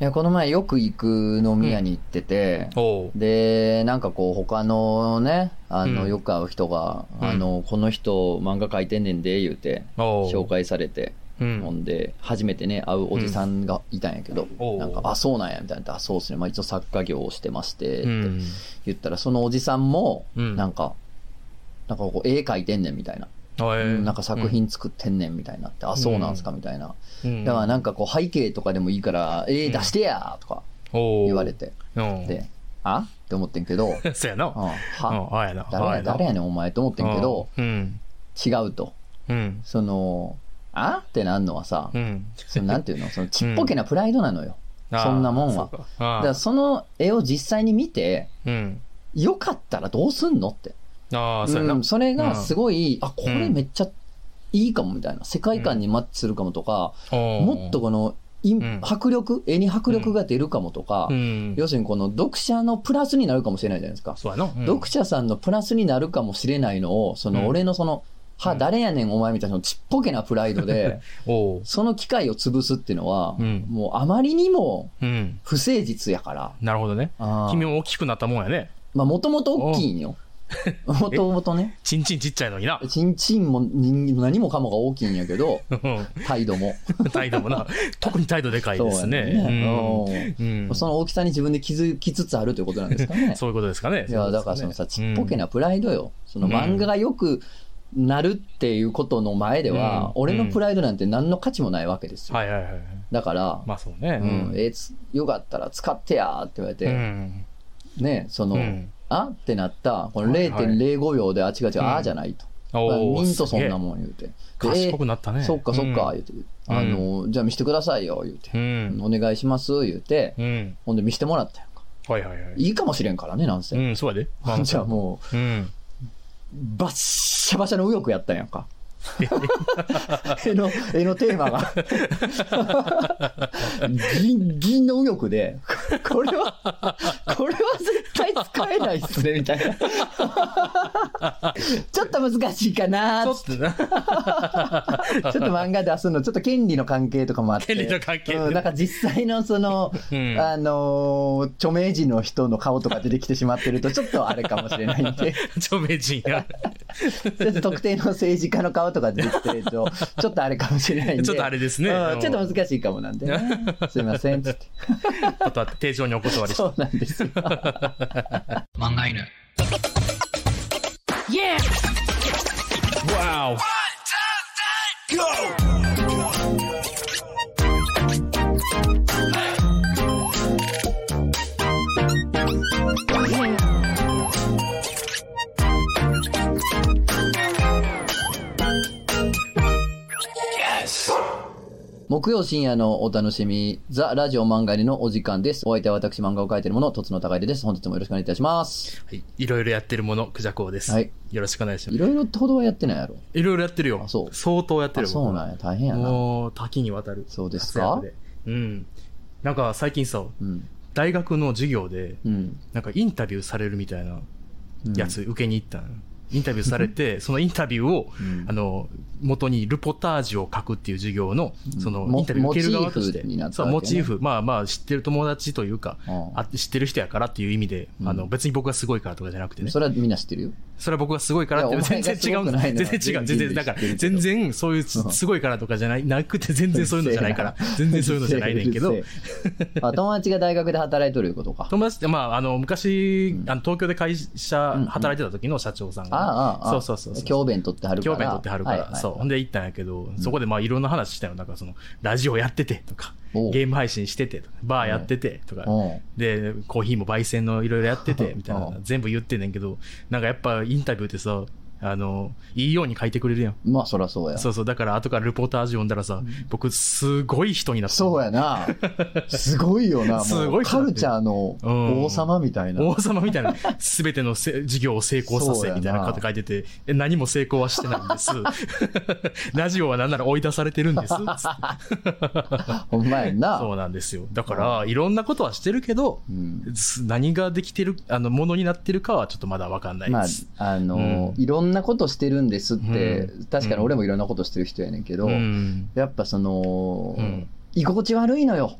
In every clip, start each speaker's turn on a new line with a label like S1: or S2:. S1: いや、この前よく行く飲み屋に行ってて、
S2: おう
S1: で、なんかこう、他のね、あ
S2: う
S1: の、
S2: ん
S1: よく会う人が、
S2: うん
S1: あの、この人漫画描いてんねんで、言うて、
S2: おう
S1: 紹介されて、
S2: うん
S1: ほんで、初めてね、会うおじさんがいたんやけど、
S2: おう
S1: なんか、あ、そうなんや、みたいな、あ、そうっすね、まあ一応作家業をしてまして、っ
S2: う
S1: て
S2: ん
S1: 言ったら、そのおじさんも、
S2: うん
S1: なんか、なんかこう、絵描いてんねん、みたいな。
S2: あえー
S1: なんか作品作ってんねんみたいになって、あ、そうなんすかみたいな。
S2: うん
S1: だからなんかこう背景とかでもいいから、えー、出してやとか
S2: おう
S1: 言われて、
S2: うん
S1: で、あって思ってんけど、うん
S2: そうやな
S1: は
S2: うんあやな
S1: 誰
S2: あ
S1: や誰やねんお前と思ってんけど、
S2: うん
S1: 違うと。
S2: うん
S1: その、あってなんのはさ
S2: う、ん
S1: そ のなんていうの、そのちっぽけなプライドなのよ。
S2: あー
S1: そんなもんは
S2: そうか
S1: だ
S2: あ
S1: から
S2: ー
S1: その絵を実際に見て、
S2: うん
S1: よかったらどうすんのって。
S2: ああそうやな
S1: うん、それがすごい、あ、これめっちゃいいかもみたいな。世界観にマッチするかもとか、も
S2: も
S1: っとこの、イン
S2: うん
S1: 迫力、絵に迫力が出るかもとか、
S2: うん
S1: 要するにこの読者のプラスになるかもしれないじゃないですか。
S2: そうやなうん
S1: 読者さんのプラスになるかもしれないのを、そ
S2: うん
S1: の俺のその、は、
S2: うん
S1: 誰やねんお前みたいなそのちっぽけなプライドで、
S2: おう
S1: その機会を潰すっていうのは、
S2: うん
S1: もうあまりにも
S2: うん
S1: 不誠実やから。
S2: なるほどね
S1: あー
S2: 君も大きくなったもんやね
S1: まあもともと大きいんよ。 もともとね、
S2: ちんちんちっちゃいのに な
S1: ちんちんも人何もかもが大きいんやけ ど、
S2: うん
S1: 態度も。
S2: 態度もな特に態度でかい
S1: そう
S2: です
S1: や
S2: ね
S1: ねうん
S2: うんうん
S1: その大きさに自分で気づきつつあるということなんですかね。
S2: そういうことですかね。
S1: いや、だからそのさ、ちっぽけ
S2: な。
S1: なプライドよ。その漫画がよくなるっていうことの前では、
S2: うん
S1: 俺のプライドなんて何の価値もないわけですよ。
S2: はいはいはい。
S1: だから、
S2: まあそうね。
S1: うん、えーつよかったら使ってやーって言われ
S2: う
S1: て、
S2: ん。
S1: ね、その、
S2: うん
S1: あってなった、この
S2: はいはい
S1: 0.05秒で、あ、違う違う、
S2: うん
S1: あーじゃないと。
S2: おー
S1: ミントそんな
S2: す
S1: もん言うて。
S2: げえ
S1: で、え
S2: 賢くなったね。
S1: ーそっかそっか、言うて、あの、じゃあ見してくださいよ、言う
S2: う
S1: て、
S2: ん。
S1: お願いします、言うて、
S2: うん。
S1: ほんで見してもらったやんか。
S2: はいはいはい。
S1: いいかもしれんからね、なんせ。
S2: うん、そうやで。ま
S1: じゃあもう、
S2: うん。
S1: バッシャバシャの右翼やったんやん か。絵の、絵のテーマが。銀、銀の右翼で、ここれは、これは絶対使えないっすね、みたいな。ちょっと難しいかな
S2: ちょ
S1: ち
S2: っとな。
S1: ょっ と漫画出すの、ちょっと権利の関係とかもあって。
S2: 権利の関係ね
S1: うんなんか実際のその、
S2: うん
S1: あのー著名人の人の顔とか出てきてしまってると、ちょっとあれかもしれないんで。
S2: 著名人や。
S1: ちょっと 特定の政治家の顔とか出てきてる と、ちょっとあれかもしれないんで。
S2: ちょっとあれですね
S1: うんちょっと難しいかもなん で、ね。すいません、つって。
S2: あとは丁重にお断りし
S1: そうなんですよ。漫画犬。
S2: わ
S1: 木曜深夜のお楽しみ、ザ・ラジオ漫画犬のお時間です。お相手は私、漫画を描いている者、とつの高出です。本日もよろしくお願いいたします。
S2: お。いろいろやってるもの、クジャコウです。
S1: はい
S2: よろしくお願いしま
S1: い
S2: す。
S1: ろいろほどはやってないやろ。
S2: いろいろやってるよ
S1: あ。そう
S2: 相当やって
S1: あ
S2: るよ。僕
S1: そうなんや、大変やな。
S2: もう、多岐にわたる。
S1: そうですか
S2: 活躍でうん。なんか最近さ、
S1: うん。
S2: 大学の授業で、
S1: うん。
S2: なんかインタビューされるみたいな
S1: うん
S2: やつ受けに行ったの、インタビューされて、そのインタビューを、
S1: うん
S2: あの、元にルポタージュを書くっていう授業の、その
S1: も
S2: インタビュー受ける側として、
S1: モチーフになった
S2: そ
S1: わ
S2: う、
S1: けね
S2: モチーフ、まあまあ知ってる友達というか、
S1: うん
S2: あ知ってる人やからっていう意味で、あの、別に僕がすごいからとかじゃなくてね。
S1: それはみんな知ってるよ。
S2: それは僕がすごいからっ
S1: い
S2: て、
S1: やお前
S2: 全
S1: が
S2: 然違うん
S1: す
S2: だ
S1: ごくないのは
S2: 全然違
S1: 全
S2: う。全
S1: 然
S2: 然、だか
S1: 知
S2: ら
S1: って、るけど
S2: 全然そういうす
S1: うん
S2: すごいからとかじゃない、なくて全然そういうのじゃない から、全然 そういうのじゃないねんけ
S1: う
S2: ど
S1: る、せえなあ友達が大学で働いとるいうことか。
S2: 友達って、まあ、あの、昔、あの東京で会社
S1: うんうん
S2: 働いてた時の社長さんが、
S1: ああ、ああ。
S2: そうそうそうそう。
S1: 教鞭取ってはるから。
S2: 教鞭取ってはるから、そう。ほんで行ったんやけど、そこでまあいろんな話したよ。なんかその、ラジオやっててとか、
S1: おう
S2: ゲーム配信しててとか、バーやっててとか、
S1: うん
S2: で、コーヒーも焙煎のいろいろやっ てて、みたい
S1: う
S2: な、
S1: ん
S2: 全部言ってんねんけど、なんかやっぱインタビューってさ、あの、いいように書いてくれるやん。
S1: まあ、そらそうや。そ
S2: そうそう、だから後からルポータージュ読んだらさ、僕すごい人になった。
S1: うや な。すごいよな。もう
S2: すごい人
S1: カ
S2: だって
S1: ルチャーの王様みたいな。
S2: 王様みた いな、すべてのせ事業を成功さ
S1: そう
S2: せ、
S1: やな
S2: みたいなこと書いてて、え何も成功はしてないん です。ラジオはなんなら追い出されてるんです。
S1: ほんまやんな。
S2: そうなんですよ。だから、いろんなことはしてるけど、
S1: うん
S2: す何ができてる、あの、ものになってるかはちょっとまだわかんない
S1: まあ
S2: です。、
S1: あの、
S2: う
S1: いろんなことしてるんですって、
S2: うん
S1: 確かに俺もいろんなことしてる人やねんけど、
S2: うん。
S1: やっぱその、
S2: うん
S1: 居心地悪いのよ。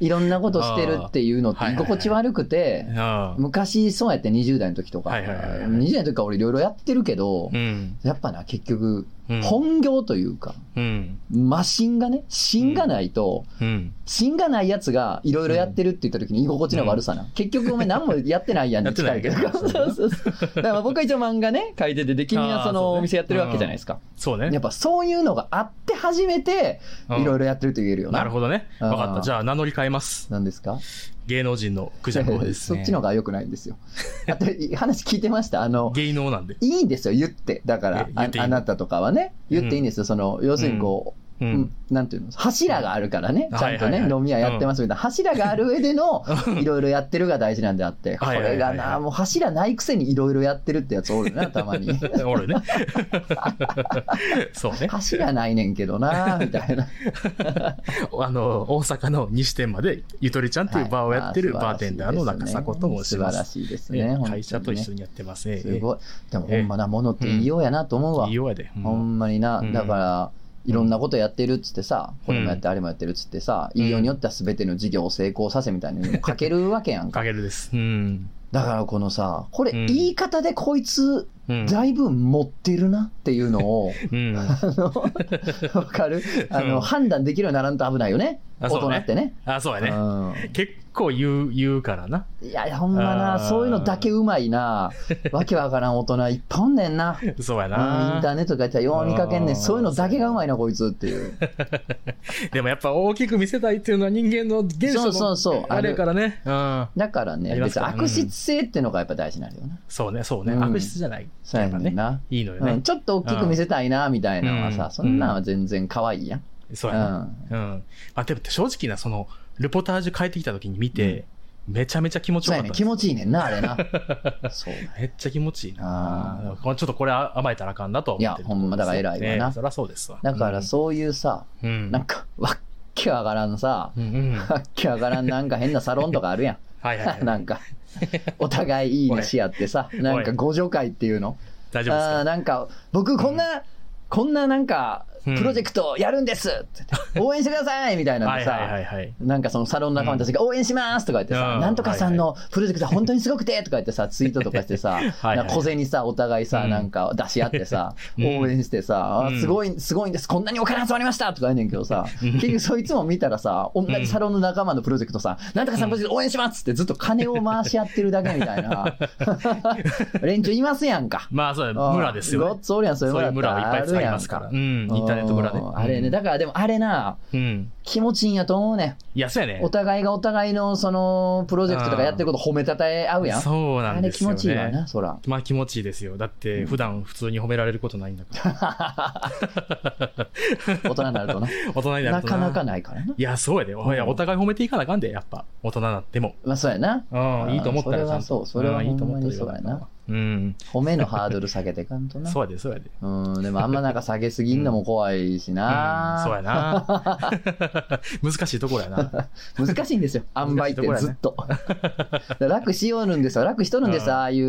S1: いろんなことしてるっていうのっ
S2: あー
S1: て
S2: は
S1: 居
S2: いはいはい
S1: 心地悪くて、
S2: ああ。
S1: 昔そうやって20代の時とか、
S2: はいはいはいはい
S1: 20代の時から俺いろいろやってるけど、
S2: うん。
S1: やっぱな、結局、
S2: うん
S1: 本業というか、
S2: うん。
S1: マシンがね、芯がないと、
S2: うん。
S1: 芯がないやつがいろいろやってるって言った時に居心地の悪さな。結局お前何もやってないやんに近いけど。
S2: やってない
S1: そうそうそう。だから僕は一応漫画ね、書いてて、で、君はそ
S2: あーそう
S1: の
S2: ね
S1: お店やってるわけじゃないですか。
S2: そうね
S1: や。っぱそういうのがあって初めて、いろい
S2: ろ。
S1: ろやってると言えるよな。
S2: なるほどね。わかっ
S1: ああ
S2: た。じゃあ、名乗り変えます。
S1: 何ですか
S2: 芸能人のクジャクをで す
S1: そ
S2: ね。
S1: っちの方が良くないんですよ。あと、話聞いてましたあの、
S2: 芸能なんで。
S1: いいんですよ、言って。だから
S2: え、言
S1: あ
S2: っていい
S1: あなたとかはね、言っていいんですよ。その、要するにこ
S2: う
S1: う、うん。なんていうの、柱があるからね、
S2: う
S1: ちゃ
S2: ん
S1: んと
S2: はいはいは
S1: ね、
S2: い
S1: 飲み屋やってますみたいな、柱がある上での、いろいろやってるが大事なんであって、こ
S2: はいはいは
S1: れ
S2: いは
S1: が
S2: い
S1: な、もう柱ないくせにいろいろやってるってやつおる な、たまに。
S2: 俺ね。 そうね。
S1: 柱ないねんけどな、みた いな。
S2: あの、大阪の西天まで、ゆとりちゃんというバーをやってる
S1: はい
S2: バーテンダーの中迫と申しま
S1: 素晴ら
S2: す。
S1: しいです
S2: え
S1: ね。
S2: え会社と一緒
S1: に。
S2: にやってますね。
S1: すごい。でもほんまな、ものっていいようやなと思うわ
S2: いい。ようやで。うん
S1: ほんまにな、
S2: うん
S1: だから、いろんなことやってるっつってさ、これもやって、あれもやってるっつってさ、いいようによっては全ての事業を成功させみたいなのにも書けるわけやん
S2: おか
S1: か。
S2: げるです。うん。
S1: だからこのさ、これ
S2: うん
S1: 言い方でこいつ、
S2: うん。
S1: だいぶ持ってるなっていうの を、
S2: うん。
S1: あ の、わかるあ
S2: う
S1: の、
S2: ん
S1: 判断できるようにならんと危ないよね。大
S2: あそう
S1: 人
S2: ね
S1: ってね。
S2: あ、そうやね。
S1: う
S2: 結構言う、言うからな。
S1: んいや、いやほんまな、
S2: あー
S1: そういうのだけうまい な。わけわからん大人いっぱいおんねんな。うん
S2: そうや
S1: インター
S2: な。
S1: ネットとかやったらよう見かけんねん。
S2: あー
S1: そういうのだけがうまいな、こいつっていう。
S2: でもやっぱ大きく見せたいっていうのは人間の原
S1: そう
S2: 初
S1: そう
S2: の
S1: そう
S2: あれやからね。うん。
S1: だから
S2: あ
S1: ね、
S2: ります
S1: 別に
S2: から
S1: 悪質性っていうのがやっぱ大事なのよな。
S2: そうね、そうね。
S1: うん
S2: 悪質じゃない。
S1: そうやねんな。
S2: いいのよ
S1: う
S2: ね
S1: ん、。ちょっと大きく見せたいなみたいなのはさ、
S2: うん
S1: そんなんは全然可愛いやん。
S2: そう
S1: う
S2: やな。
S1: ん。
S2: うん。まあでも正直な、その、ルポタージュ帰ってきた時に見て、めちゃめちゃ気持ち
S1: そ
S2: よ
S1: う
S2: か
S1: や
S2: っ
S1: ね
S2: た
S1: ん気。持
S2: です
S1: ちいいねんな、あれ な。そう。
S2: めっちゃ気持ちいい
S1: あ
S2: な。これちょっとこれ甘えたらあかんなとは思ってる
S1: いやほんまだから偉いわな
S2: ねそりゃそうですわ。
S1: だから
S2: そ
S1: そういうさ、
S2: うん。
S1: なんか、わっけわからんさ、
S2: うんうん。
S1: わっけわからんなんか変なサロンとかあるや
S2: はいはいは
S1: ん。
S2: い。
S1: なんか、お互いいいねし合ってさ、なんか互助会っていうの。
S2: 大丈夫です
S1: あ
S2: か
S1: ーなんか、僕こんな、こんななんか、
S2: うん
S1: プロジェクトやるんですって言って応援してくださいみたいなの
S2: は
S1: で
S2: い
S1: さ、
S2: はいはいはい。
S1: なんかそのサロンの仲間たちが応援しますとか言ってさ、
S2: うん
S1: なんとかさんのプロジェクトは本当にすごくてとか言って さ、ツイートとかしてさ、
S2: はい
S1: なんか小銭さ、お互いさ、
S2: うん
S1: なんか出し合ってさ、
S2: うん
S1: 応援してさ、あ
S2: うん
S1: すごい、すごいんです、こんなにお金集まりましたとか言うねんけどさ、
S2: うん
S1: 結局そいつも見たらさ、同じサロンの仲間のプロジェクトさ、なんとかさんプロジェクト応援しますってずっと金を回し合ってるだけみたいな、 連中いますやんか。
S2: まあそうだ、村です
S1: ご
S2: よ
S1: っ
S2: ね。
S1: つおるやん、そういう
S2: そういう
S1: 村
S2: 村
S1: っ
S2: を
S1: てあ
S2: いっぱい
S1: る
S2: 使い
S1: や
S2: ま
S1: ん
S2: す
S1: か
S2: から。うん。インターネット村ね
S1: うん。あれね、
S2: だ
S1: だからでもあれな、
S2: うん。
S1: 気持ちいいんやと思うねん。
S2: いや、そうやね。
S1: お互いがお互いのそのプロジェクトとかやってること褒めたたえ合うやん。
S2: そうな
S1: あ
S2: ん
S1: れ
S2: です
S1: 気
S2: よ
S1: 持
S2: ね。
S1: ちいいわな、そら。
S2: まあ気持ちいいですよ。だって、普段普通に褒められることないんだから。
S1: 大人になる とな。
S2: 大人にな
S1: な
S2: ると
S1: かなかないからな。
S2: いや、そうやで。おいやお互い褒めていかなあかんで、やっぱ。大人になっても。
S1: まあそうやな。
S2: うん、いいと思ったらちゃんと。
S1: それはそうそれは
S2: んいいと思ったらよか
S1: ほ
S2: っ
S1: んまに
S2: た
S1: そうや
S2: わうん。
S1: 褒めのハードル下げていかんとな。
S2: そうやで、そうやで。
S1: うん、でもあんまなんか下げすぎんのも怖いし
S2: うんそう
S1: な。
S2: やな。 難しいところやな。
S1: 難しいんですよ。塩梅ってずっと。楽しようるんですよ。楽しとるんです
S2: うん
S1: ああいう、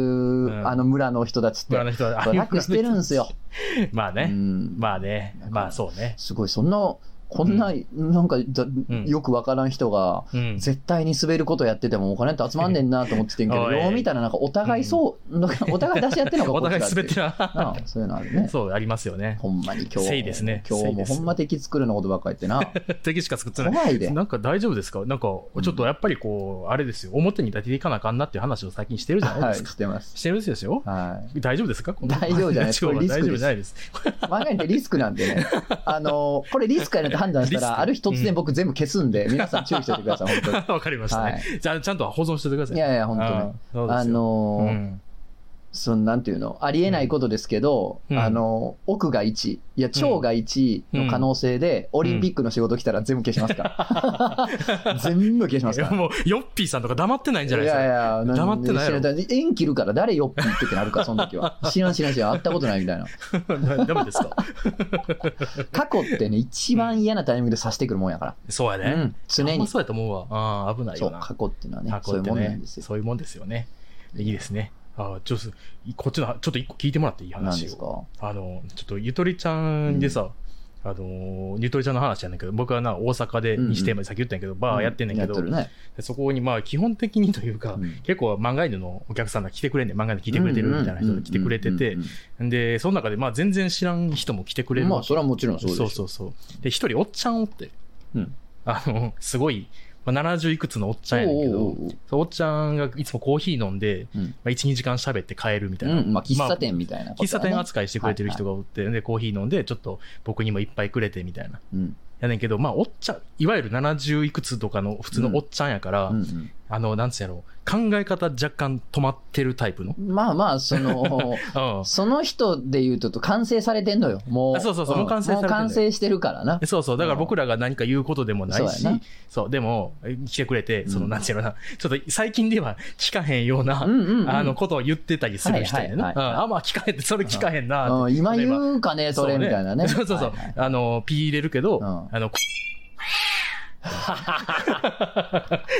S2: ん
S1: あの村の人たちって
S2: 村。の人は
S1: そう楽してるんですよ。。
S2: まあ
S1: う
S2: ね。
S1: ん
S2: まあね。まあそうね。
S1: すごい、そんな、こんな、なんかだ
S2: ん
S1: よくわからん人が、
S2: うん。
S1: 絶対に滑ることやっててもお金って集まんねんなと思っててんけど、
S2: おい
S1: よう見たらなんかお互いそう、なんかお互い出し合ってんのか
S2: お
S1: こっち
S2: 互い
S1: だ
S2: 滑ってる
S1: な
S2: な。
S1: あそういうのあるね。
S2: そう、ありますよね。
S1: ほんまに今
S2: せ
S1: 日
S2: いですね
S1: 今日
S2: せい
S1: も
S2: です
S1: ほんま敵作るのことばっかり言 って
S2: 敵しか作って
S1: な。
S2: ない。
S1: 怖いで。
S2: なんか大丈夫ですかなんか、ちょっとやっぱりこう、あれですよ。表に立てていかなあかんなっていう話を最近してるじゃない
S1: は
S2: で
S1: い、
S2: すか。
S1: してます。
S2: してるんですよ。
S1: はい。
S2: 大丈夫ですかこの
S1: 大丈夫じゃない
S2: 大丈
S1: これ
S2: 夫
S1: リスク
S2: 大丈夫じゃないです。
S1: 漫画にってリスクなん でね、あのこれリスクやなって判断した
S2: リス
S1: ら、
S2: ク
S1: ある日突然僕全部消すんで、皆さん注意しておいてください、本
S2: わかりましたね。
S1: は
S2: じゃあ、ちゃんと保存しておいて
S1: 当
S2: ください。
S1: に。いやいや、本当に。
S2: 当
S1: あ、のーそのなんていうのありえないことですけど、
S2: うん
S1: あの奥が1いや超が1の可能性で、オリンピックの仕事来たら全部消しますから、全部消し
S2: そ
S1: ま
S2: うですす
S1: か
S2: ようんいや
S1: ら。
S2: もう、ヨッピーさんとか黙ってないんじゃないですか。
S1: やなん
S2: 黙ってないやろ
S1: 知らん縁切るから誰よっぴってってなるか、その時 は。知らん知らん知らん、会ったことないみたいな。
S2: ダ メですか
S1: 過去ってね、一番嫌なタイミングで刺してくるもんやか
S2: そうや
S1: ら。う
S2: ね。
S1: ん、常
S2: あんま
S1: に。
S2: そうやと思うわ。ああ、危ない
S1: そ
S2: よ
S1: う、
S2: な。
S1: 過去っていうのはね
S2: 過、去
S1: そうい
S2: っ
S1: う
S2: て
S1: もんなんですよ。
S2: そういうもんですよね。いいですね。ああ、ちょっと、こっちの、ちょっと一個聞いてもらっていい
S1: なん
S2: 話
S1: です
S2: を。
S1: か
S2: あの、ちょっと、ゆとりちゃんでさ、あのー、ゆとりちゃんの話やねんけど、僕はな、大阪で、
S1: うんうん
S2: 西テーマでさっき言ったんやけど、バーやってんねんけど、
S1: やっとるね。
S2: でそこにまあ基本的にというか、
S1: うん
S2: 結構漫画犬のお客さんが来てくれんねん、漫画犬来てくれてるみたいな人が来てくれて
S1: う
S2: て
S1: んうん、
S2: で、その中でまあ全然知らん人も来てく
S1: うん
S2: れ
S1: う
S2: る
S1: ん。
S2: わけ
S1: まあ、それはもちろんそうです。
S2: そうそうそうで、一人おっちゃんおって、
S1: うん
S2: あの、すごい、まあ、70いくつのおっちゃんやねんけど、
S1: おうおうおう
S2: そうおっちゃんがいつもコーヒー飲んで、
S1: うん
S2: まあ、1、2時間喋って帰るみたいな。
S1: うん、まあ、喫茶店みたいなこと
S2: 喫茶
S1: やね、
S2: 店扱いしてくれてる人がおって、で、コーヒー飲んで、ちょっと僕にもいっぱいくれてみたいな。
S1: うん
S2: やねんけど、まあ、おっちゃん、いわゆる70いくつとかの普通のおっちゃんやから、
S1: うん
S2: あの、なんつうやろう、考え方若干止まってるタイプの。
S1: うん、まあまあ、そ の、
S2: うん。
S1: その人で言うと、完成されてんのよ。もう。
S2: あそうそうそうんもう完成されて
S1: も
S2: んの
S1: う
S2: よ
S1: 完成してるからな。
S2: そうそう、だから僕らが何か言うことでもないし、
S1: そうやな
S2: そう、でも、え来てくれて、そうの、
S1: ん
S2: なんていうのな、ちょっと最近では聞かへんような、
S1: うんうん、うん。
S2: あの、ことを言ってたりする人やねんな。
S1: は
S2: う
S1: い
S2: ん
S1: はいはい
S2: あ、まあ聞かへんって、それ聞かへんな。
S1: うん、今
S2: 例えば
S1: 言うかね、それ、みたいなね。
S2: そうそうそう。
S1: はいはい
S2: あの、ピー入れるけど、
S1: うん
S2: あの、こ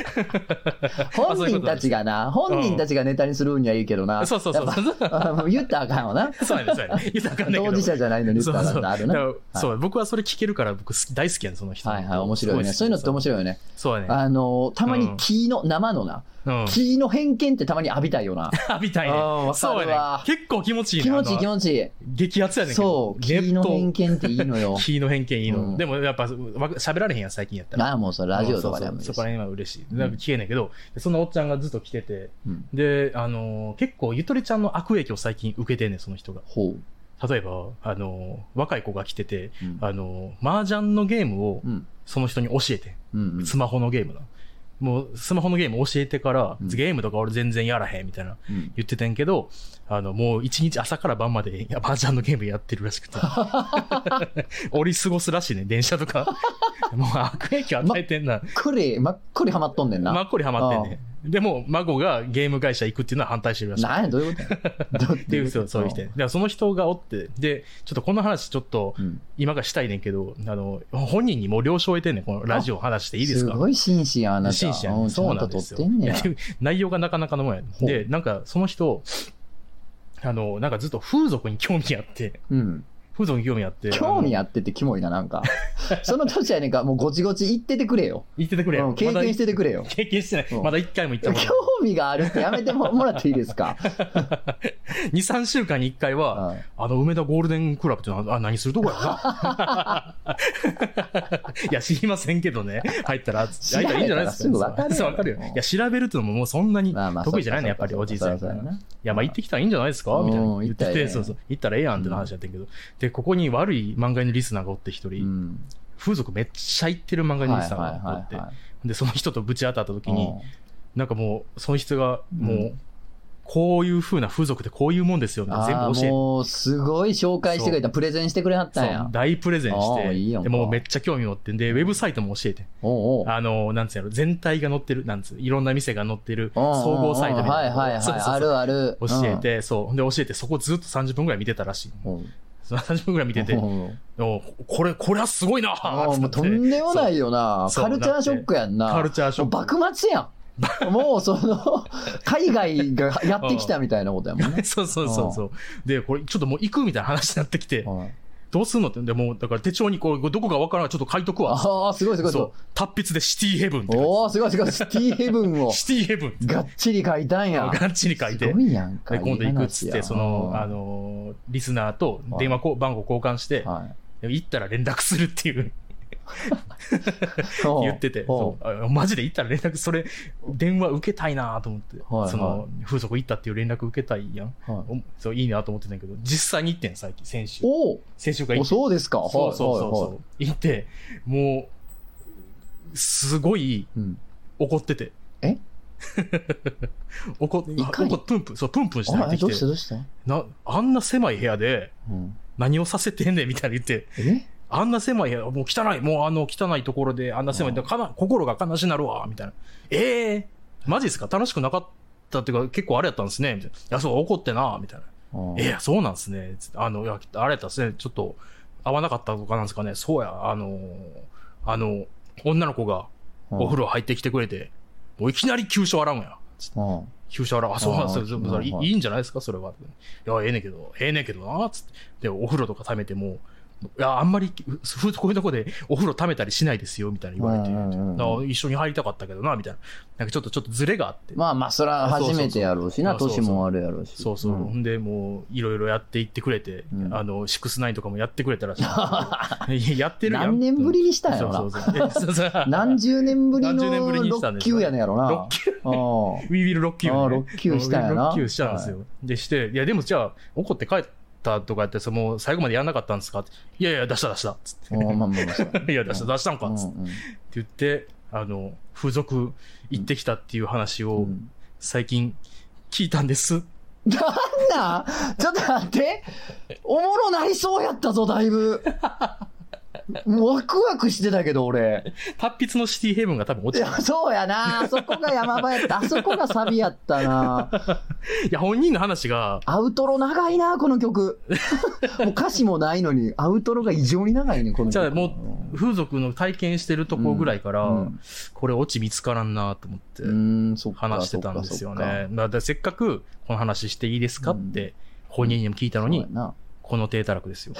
S1: 本
S2: あそういう
S1: 人
S2: こと
S1: たちがな、本人たちがネタにする分にはいいけどな。
S2: そうそうそう
S1: やっぱもう言ったらあかんわな。
S2: そうやねんそうや ねん言ったらあかんねんけ
S1: 当
S2: ど
S1: 事者じゃないのに
S2: そ
S1: 言
S2: う
S1: ったらあ
S2: そ
S1: かんのあるな。
S2: う。だから
S1: はい
S2: そう、僕はそれ聞けるから、僕好き、大好きやねん、その人。
S1: はいはい、面白いよね。そういうのって面
S2: 白
S1: 白いよね。
S2: い。そうやねん。
S1: あの、たま
S2: うん
S1: に気の、生のな、
S2: うん。
S1: 気の偏見ってたまに浴びたいよな。
S2: みたい
S1: あー
S2: ね。
S1: わ
S2: そ
S1: か
S2: う
S1: る
S2: やね
S1: わ
S2: ん。結構気持ちいいね
S1: 気持ちいい気
S2: あの
S1: 持ちいい。
S2: 激アツやねんけど。
S1: そう、気の偏
S2: 見。。
S1: 見っていいのよ
S2: 気の偏見いいの。
S1: うん
S2: でもやっぱ、わ喋られへんやん、最近やったら。
S1: なあ、もうそれラジオとかでは
S2: うん
S1: 無
S2: そ
S1: 理で
S2: うそうそ
S1: す
S2: こら。辺は嬉しい。なんか消えねんけど、そのおっちゃんがずっと来てて、
S1: うん
S2: で、あのー結構ゆとりちゃんの悪影響を最近受けてんねん、その人が。
S1: ほう。
S2: 例えば、あのー若い子が来てて、
S1: うん
S2: あのー麻雀のゲームを
S1: うん。
S2: その人に教えて
S1: うんうん
S2: ん、スマホのゲームな。もう、スマホのゲーム教えてから、
S1: うん
S2: ゲームとか俺全然やらへんみたいな
S1: うん
S2: 言っててんけど、あの、もう一日朝から晩までいや麻雀のゲームやってるらしく て。折り過ごすらしいね、電車 とか。もう悪影響与えてんな。
S1: これ、まっこりハマっとんねん
S2: ま
S1: な。
S2: っこりハマってんねん。でも、孫がゲーム会社行くっていうのは反対してるらしい。
S1: なんや、どういうことやどう
S2: っていう人、そういう人。
S1: う
S2: だからその人がおって、で、ちょっとこの話ちょっと
S1: ん
S2: 今からしたいねんけど、あの、本人にもう了承を得てんねん、このラジオ話していいですか
S1: ごい紳士やあなた。
S2: 真摯や
S1: う
S2: ね
S1: んち
S2: そ
S1: ゃ
S2: うんな
S1: と
S2: んで
S1: 撮っ
S2: すよ
S1: てんねや。。
S2: 内容がなかなかのもんやねん。
S1: ほう
S2: で、なんかその人、あの、なんかずっと風俗に興味あって、
S1: うん。
S2: 風俗に興味あって、
S1: 興味
S2: あの
S1: あっててキモいな、なん か。その年やねんか、もうごちごち言っててくれよ。
S2: 言っててくれ
S1: う
S2: よ
S1: ん。経験しててくれよ
S2: まだ。経験してな
S1: う
S2: い。
S1: ん
S2: まだ一回も行った
S1: 興
S2: ことない。
S1: 味があるってやめてももらっていいですか。
S2: 2、3週間に1回は、
S1: はい
S2: あの、梅田ゴールデンクラブってのは、あ、何するとこや な。いや、知りませんけどね。入ったら、
S1: 調
S2: 入
S1: べ
S2: った
S1: た
S2: ら
S1: ら
S2: いいんじゃないですか。
S1: すぐわかるやろ
S2: そうわかるよ。いや、調べるってのももうそんなに
S1: まあまあ
S2: 得意じゃないの、やっぱり
S1: そう
S2: お
S1: か
S2: じ
S1: そ
S2: いう
S1: か
S2: さんや
S1: そ
S2: か。
S1: うからそう
S2: い
S1: か
S2: や、まあ行ってきたらいいんじゃないですかみたいな
S1: うん
S2: 言って
S1: 行ったらええ
S2: て、
S1: ね
S2: そうそう。行ったらええやんって話やってんけど。で、ここに悪い漫画のリスナーがおって一
S1: う
S2: 人、
S1: ん。
S2: 風俗めっちゃ行ってる漫画のリスナーがおって、で、その人とぶち当たった時に、なんかもう、その人が、もう、
S1: うん
S2: こういう風な風俗ってこういうもんですよ、みたいな全
S1: あ
S2: 部
S1: ー
S2: 教えて。
S1: もうすごい紹介してくれたプレゼンしてくれはったん
S2: そう
S1: や
S2: 大プレゼンし
S1: ああ
S2: て、
S1: いいやんか
S2: でもうめっちゃ興味持ってんで、ウェブサイトも教えてん、
S1: おうおう
S2: あの、なんつうやろ、全体が載ってる、なんつう、いろんな店が載ってる、
S1: うんうんうん
S2: 総合サイトみたいな。
S1: はいはい
S2: そう
S1: はい
S2: そうそう
S1: あるある
S2: 教えて、そう。で、教えて、そこずっと30分ぐらい見てたらしい。
S1: うんうん
S2: その30分ぐらい見てて、
S1: うん
S2: お
S1: も
S2: これ、これはすごいな。
S1: うもうとんでもないいよな
S2: そう
S1: カルチャーショックやんな
S2: カルチャーショック
S1: もう幕末 やんもうその海外がやってきたみたいなことやもんね
S2: そうそうそうそう。で、これ、ちょっともう行くみたいな話になってきて、
S1: はい
S2: どうすんのって、でもう、だから手帳にこう、どこかわからんからちょっと書いとくわ。
S1: ああすごいすごいすごい
S2: そう。達筆でシティヘブンって書いて
S1: おおすごいすごいシティヘブン を
S2: シティヘブンって
S1: がっちり書いたんや
S2: ガッチに書いて。
S1: すごいやんか
S2: で今度行くっつ
S1: い
S2: っ
S1: い話
S2: て、
S1: や
S2: その、
S1: うん
S2: あのー、リスナーと電話こう番号交換して、
S1: はい
S2: 行ったら連絡するっていう、言ってて、
S1: おうおう
S2: そうあマジで行ったら連絡、それ、電話受けたいなと思って、
S1: はい
S2: その、風俗行ったっていう連絡受けたいやん。
S1: はい
S2: おそう、いいなと思ってたんやけど、実際に行ってん、最近、先週。
S1: おう
S2: 先週から行
S1: お
S2: って。
S1: そうですかはい
S2: そうそうそう
S1: はい
S2: そ。
S1: はいう
S2: 行って、もう、すごい
S1: うん
S2: 怒ってて。
S1: え
S2: 怒
S1: 怒
S2: っ
S1: り
S2: 怒っプンプン、そう、プンプンして入っ
S1: あ
S2: て
S1: え
S2: き
S1: どう
S2: て
S1: した。どうした、
S2: な、あんな狭い部屋で
S1: うん、
S2: 何をさせてんねんみたいな言って、
S1: え
S2: あんな狭い部屋、もう汚い、もうあの汚いところであんな狭い、
S1: うん
S2: かな心が悲しなるわ、みたいな。ええマジですか楽しくなかったっていうか、結構あれやったんですね、みたいな。いや、そう、怒ってな、みたいな。ええそうなんですね。つってあの、いや、あれやったっすね。ちょっと、合わなかったとかなんですかね。そうや、あのーあの、女の子がお風
S1: 呂
S2: 呂入ってきてくれて、もういきなり急所洗うんや。
S1: うん
S2: 急所洗う。あ、そうなんですよ。
S1: あー
S2: でもそれい
S1: はいはい
S2: いいんじゃないですか、それは。いや、ええねんけど、ええねんけどな、つって。で、お風呂とか溜めても、いや、あんまり、ふこういうとこでお風呂溜めたりしないですよ、みたいな言われて、
S1: うんうんうん
S2: だから一緒に入りたかったけどな、みたいな。なんかちょっと、ちょっとズレがあって。
S1: まあまあ、それは初めてやろうしな、
S2: そうそうそう
S1: 年もあるやろうし。
S2: そうそう。
S1: ん
S2: ほんで、もう、いろいろやっていってくれて、
S1: うん
S2: あの、6-9とかもやってくれた らしい。いややってるやん。
S1: 何年ぶりにしたんやろ
S2: そう
S1: な。
S2: そうそう。そうそう
S1: 何十年ぶりの
S2: 何十年ぶりにしたん
S1: 6
S2: ですよ
S1: 級やねやろな。
S2: ロッキュ
S1: うん
S2: We Will Rock You ね、
S1: あーロッキューしたんやな
S2: ロッキューしたんですよ。で、して、いや、でもじゃあ、怒って帰ったとかやって、その、最後までやんなかったんですかって。いやいや、出した出した。つ
S1: おーまあまあまあそう
S2: っ て。いや、出した出したんか。つって
S1: うんうん
S2: 言って、あの、風俗行ってきたっていう話
S1: う
S2: を
S1: ん
S2: 最近聞いたんです。
S1: なんなんちょっと待って。おもろなりそうやったぞ、だい ぶ。ワクワクしてたけど、俺。
S2: 達筆のシティヘブンが多分
S1: い
S2: 落ち
S1: や、
S2: た。
S1: そうやな。あそこが山場やった。あそこがサビやったな。
S2: いや、本人の話が、
S1: アウトロ長いな、この曲。 もう歌詞もないのに、アウトロが異常に長いね、この曲。
S2: じゃあも風俗の体験してるとこぐらいから、
S1: うん
S2: これ落ち見つからんなと思って。
S1: うん、そっか
S2: 話してたんですよ。
S1: そっか
S2: ね。まあだからせっかくこの話していいですかって本人にも聞いた
S1: そ
S2: の
S1: うや
S2: に、
S1: な
S2: この低たらくですよ。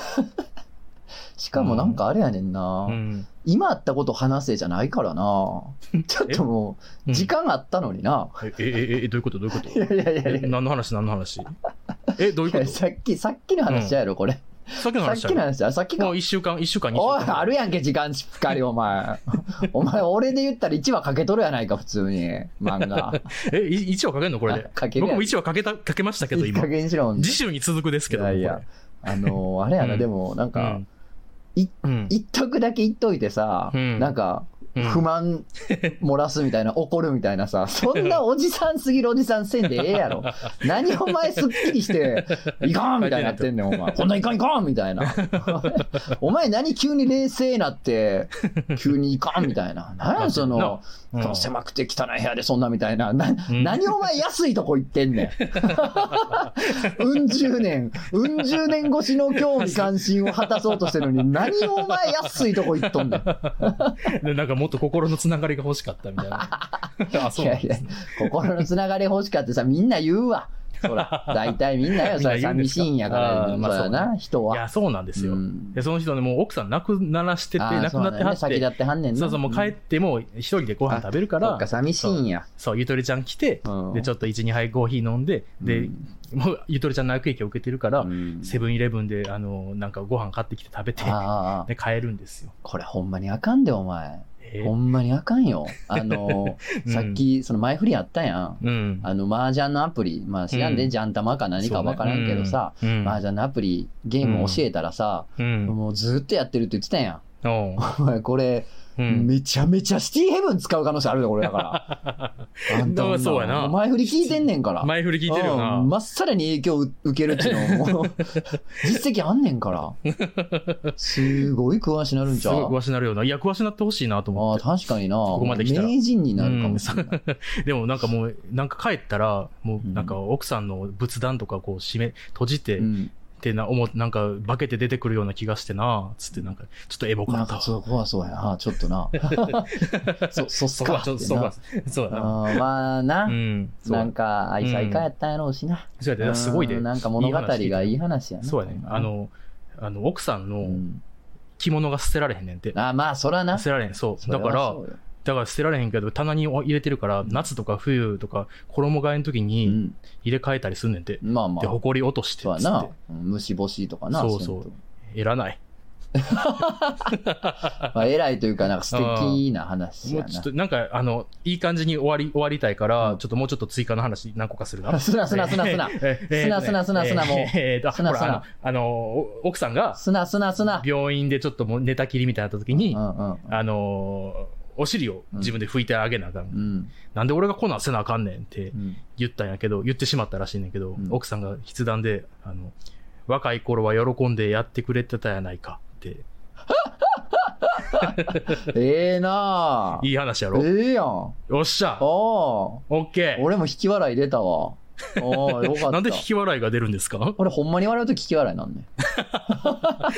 S1: しかもなんかあれやねんな、
S2: うん
S1: 今あったこと話せじゃないから なちょっともう時。間あったのにな、
S2: うんえ、え、え、えどういうことどういうこと
S1: いやいやいや
S2: え
S1: いや
S2: 何の話何の話え、どういうこ
S1: いや
S2: と
S1: さっきさっきの話やろこれ、
S2: さっきの
S1: さっ
S2: 話だ
S1: き
S2: よ
S1: の話やさっき
S2: も
S1: か
S2: う一週間、一週間、二週
S1: おい
S2: 間。
S1: あるやんけ時間しっかりお前 お前俺で言ったら1話かけとるやないか普通に漫画
S2: え、い一話かけん のこれで。
S1: かける
S2: 僕
S1: やん
S2: も一話かけた、かけましたけど、
S1: いい
S2: 今
S1: 加。減にしろほんと
S2: 次週に続くですけど、
S1: いやいやあのーあれやな、
S2: うん
S1: でもなん
S2: これ
S1: か、
S2: うん
S1: い
S2: うん
S1: 一択だけ言っといてさ、
S2: うん
S1: なんか
S2: うん
S1: 不満漏らすみたいな、怒るみたいなさ、そんなおじさんすぎるおじさんせんでええやろ。何お前すっきり して、いかんみたいになってんねん、お前。こんなんいかんいかんみたいな。 お前何急に冷静になって、急にいかんみたいな。何やその、こ
S2: うん
S1: の狭くて汚い部屋でそんなみたいな。な
S2: うん
S1: 何お前安いとこ行ってんねん。うん 十年、うん十年越しの興味関心を果たそうとしてるのに、何お前安いとこ行っとんねん。
S2: でなんかもっと心のつながりが欲しかったみたいな。 あ、そ う
S1: い
S2: な
S1: や
S2: ん
S1: い
S2: で
S1: や
S2: すね。、
S1: 心のつながり欲しかってさ、みんな言うわ。そ ら、大体みんなよ、そら
S2: みんな言うん
S1: 寂
S2: です
S1: し
S2: か
S1: いんやから、
S2: あーま
S1: そう
S2: あ
S1: や
S2: そう
S1: な、人
S2: い
S1: は。
S2: や、そうなんですよ。
S1: うん
S2: で、その人ね、もう奥さん亡くならしてて、
S1: あー
S2: 亡くなってはっ
S1: そうやね先立
S2: て、
S1: ってはんねんな
S2: そうそう、もう帰っても一人でご飯食べるか
S1: そ
S2: ら
S1: っか、、寂しいんや。
S2: そう、ゆとりちゃん来て、
S1: うん
S2: で、ちょっと1、2杯コーヒー飲んで、
S1: う
S2: で
S1: ん、
S2: もうゆとりちゃんの悪影響を受けてるから
S1: う、ん
S2: セブンイレブンで、あの、なんかご飯買ってきて食べて、
S1: あー
S2: で、買えるんですよ。
S1: これほんまにあかんで、お前。
S2: えー、
S1: ほんまにあかんよ。あの
S2: うん
S1: さっき、その前振りあったやん。
S2: うん。
S1: あの、麻雀のアプリ、まあ知らん
S2: う
S1: で、
S2: ん
S1: ジャン玉か何かわからんけどさ、
S2: そうね、うん
S1: 麻雀のアプリ、ゲーム教えたらさ、
S2: うん。
S1: もうずっとやってるって言ってたやん。
S2: おう
S1: お前、これ、
S2: うん。
S1: めちゃめちゃシティヘブン使う可能性あるで、これだから。あんた
S2: だからそうやな
S1: お前振り聞いてんねんから。
S2: 前振り聞いてるよ
S1: うん
S2: な。
S1: まっさらに影響を受けるっていうの も実績あんねんから。すごい詳しなるん
S2: す
S1: ち
S2: ご
S1: ゃ
S2: いう詳しになるよな。いや、詳しになってほしいなと
S1: あ
S2: 思
S1: あ、
S2: って。
S1: 確かにな。
S2: こまで来たら
S1: 名人になるかもしれない。
S2: でもなんかもう、なんか帰ったら、もうなんか奥さんの仏壇とかこう閉め、閉じて、
S1: うん
S2: ってな、思うなんか、化けて出てくるような気がしてな、つって、なんか、ちょっとエモか
S1: な
S2: っ
S1: んか
S2: た。
S1: そこはそうやな。ちょっとな。そ、そっす
S2: そこ
S1: か
S2: は
S1: っ
S2: ち
S1: て
S2: ょっ
S1: な。
S2: と、そこは、そうだな。
S1: あーまあな。
S2: うん。そう
S1: なん
S2: や
S1: か、愛妻家やったんやろうしな。
S2: そうやで、すごいで
S1: うん。なんか物語が
S2: いい話聞
S1: い
S2: い
S1: い話や
S2: た
S1: な。
S2: そうやね。あ、の、あの、奥さん
S1: う
S2: の
S1: ん、
S2: 着物が捨てられへんねんて。
S1: あまあ、そらな
S2: 捨。てられへん、そう。
S1: それ
S2: だ
S1: は
S2: から
S1: そ、うよ
S2: だから捨てられへんけど、棚に入れてるから、夏とか冬とか、衣替えの時
S1: う
S2: に
S1: ん、
S2: 入れ替えたりすんねんて。
S1: まあま
S2: で、
S1: あ、
S2: 埃落として、
S1: そうや
S2: つっ
S1: な、うん虫干しとかな、
S2: そうそう
S1: せんと
S2: て。いらない。
S1: まあ、偉いというか、なんか素敵な話
S2: も
S1: や
S2: うちょ
S1: な
S2: っ。と、なんか、あの、いい感じに終わり、終わりたいから、
S1: うん
S2: ちょっともうちょっと追加の話何個かするな。
S1: すなすなすなす な。
S2: す
S1: なすなすなすなもう
S2: えーと、あ
S1: すな
S2: ほら
S1: すな
S2: あのあの、お奥さんが
S1: すなすなすな。
S2: 病院でちょっともう寝たきりみたいになった時に
S1: う、んうん
S2: あのー、お尻を自分で拭いてあげなあかん。
S1: うん
S2: なんで俺がこんなんせなあかんねんって
S1: うん。
S2: 言ったんやけど、言ってしまったらしいねんけ
S1: う
S2: ど、
S1: ん
S2: 奥さんが筆談で、あの、若い頃は喜んでやってくれてたやないかって、
S1: ええなあ
S2: いい話やろ、
S1: ええやん。あ
S2: よっし
S1: あ。
S2: ゃ
S1: 俺
S2: オッケ
S1: も引き笑い出たわ。おおよか
S2: ー
S1: っ
S2: なんで
S1: た
S2: 引。き笑いが出るんですか
S1: 俺ほんまに笑うと引き笑いなんね。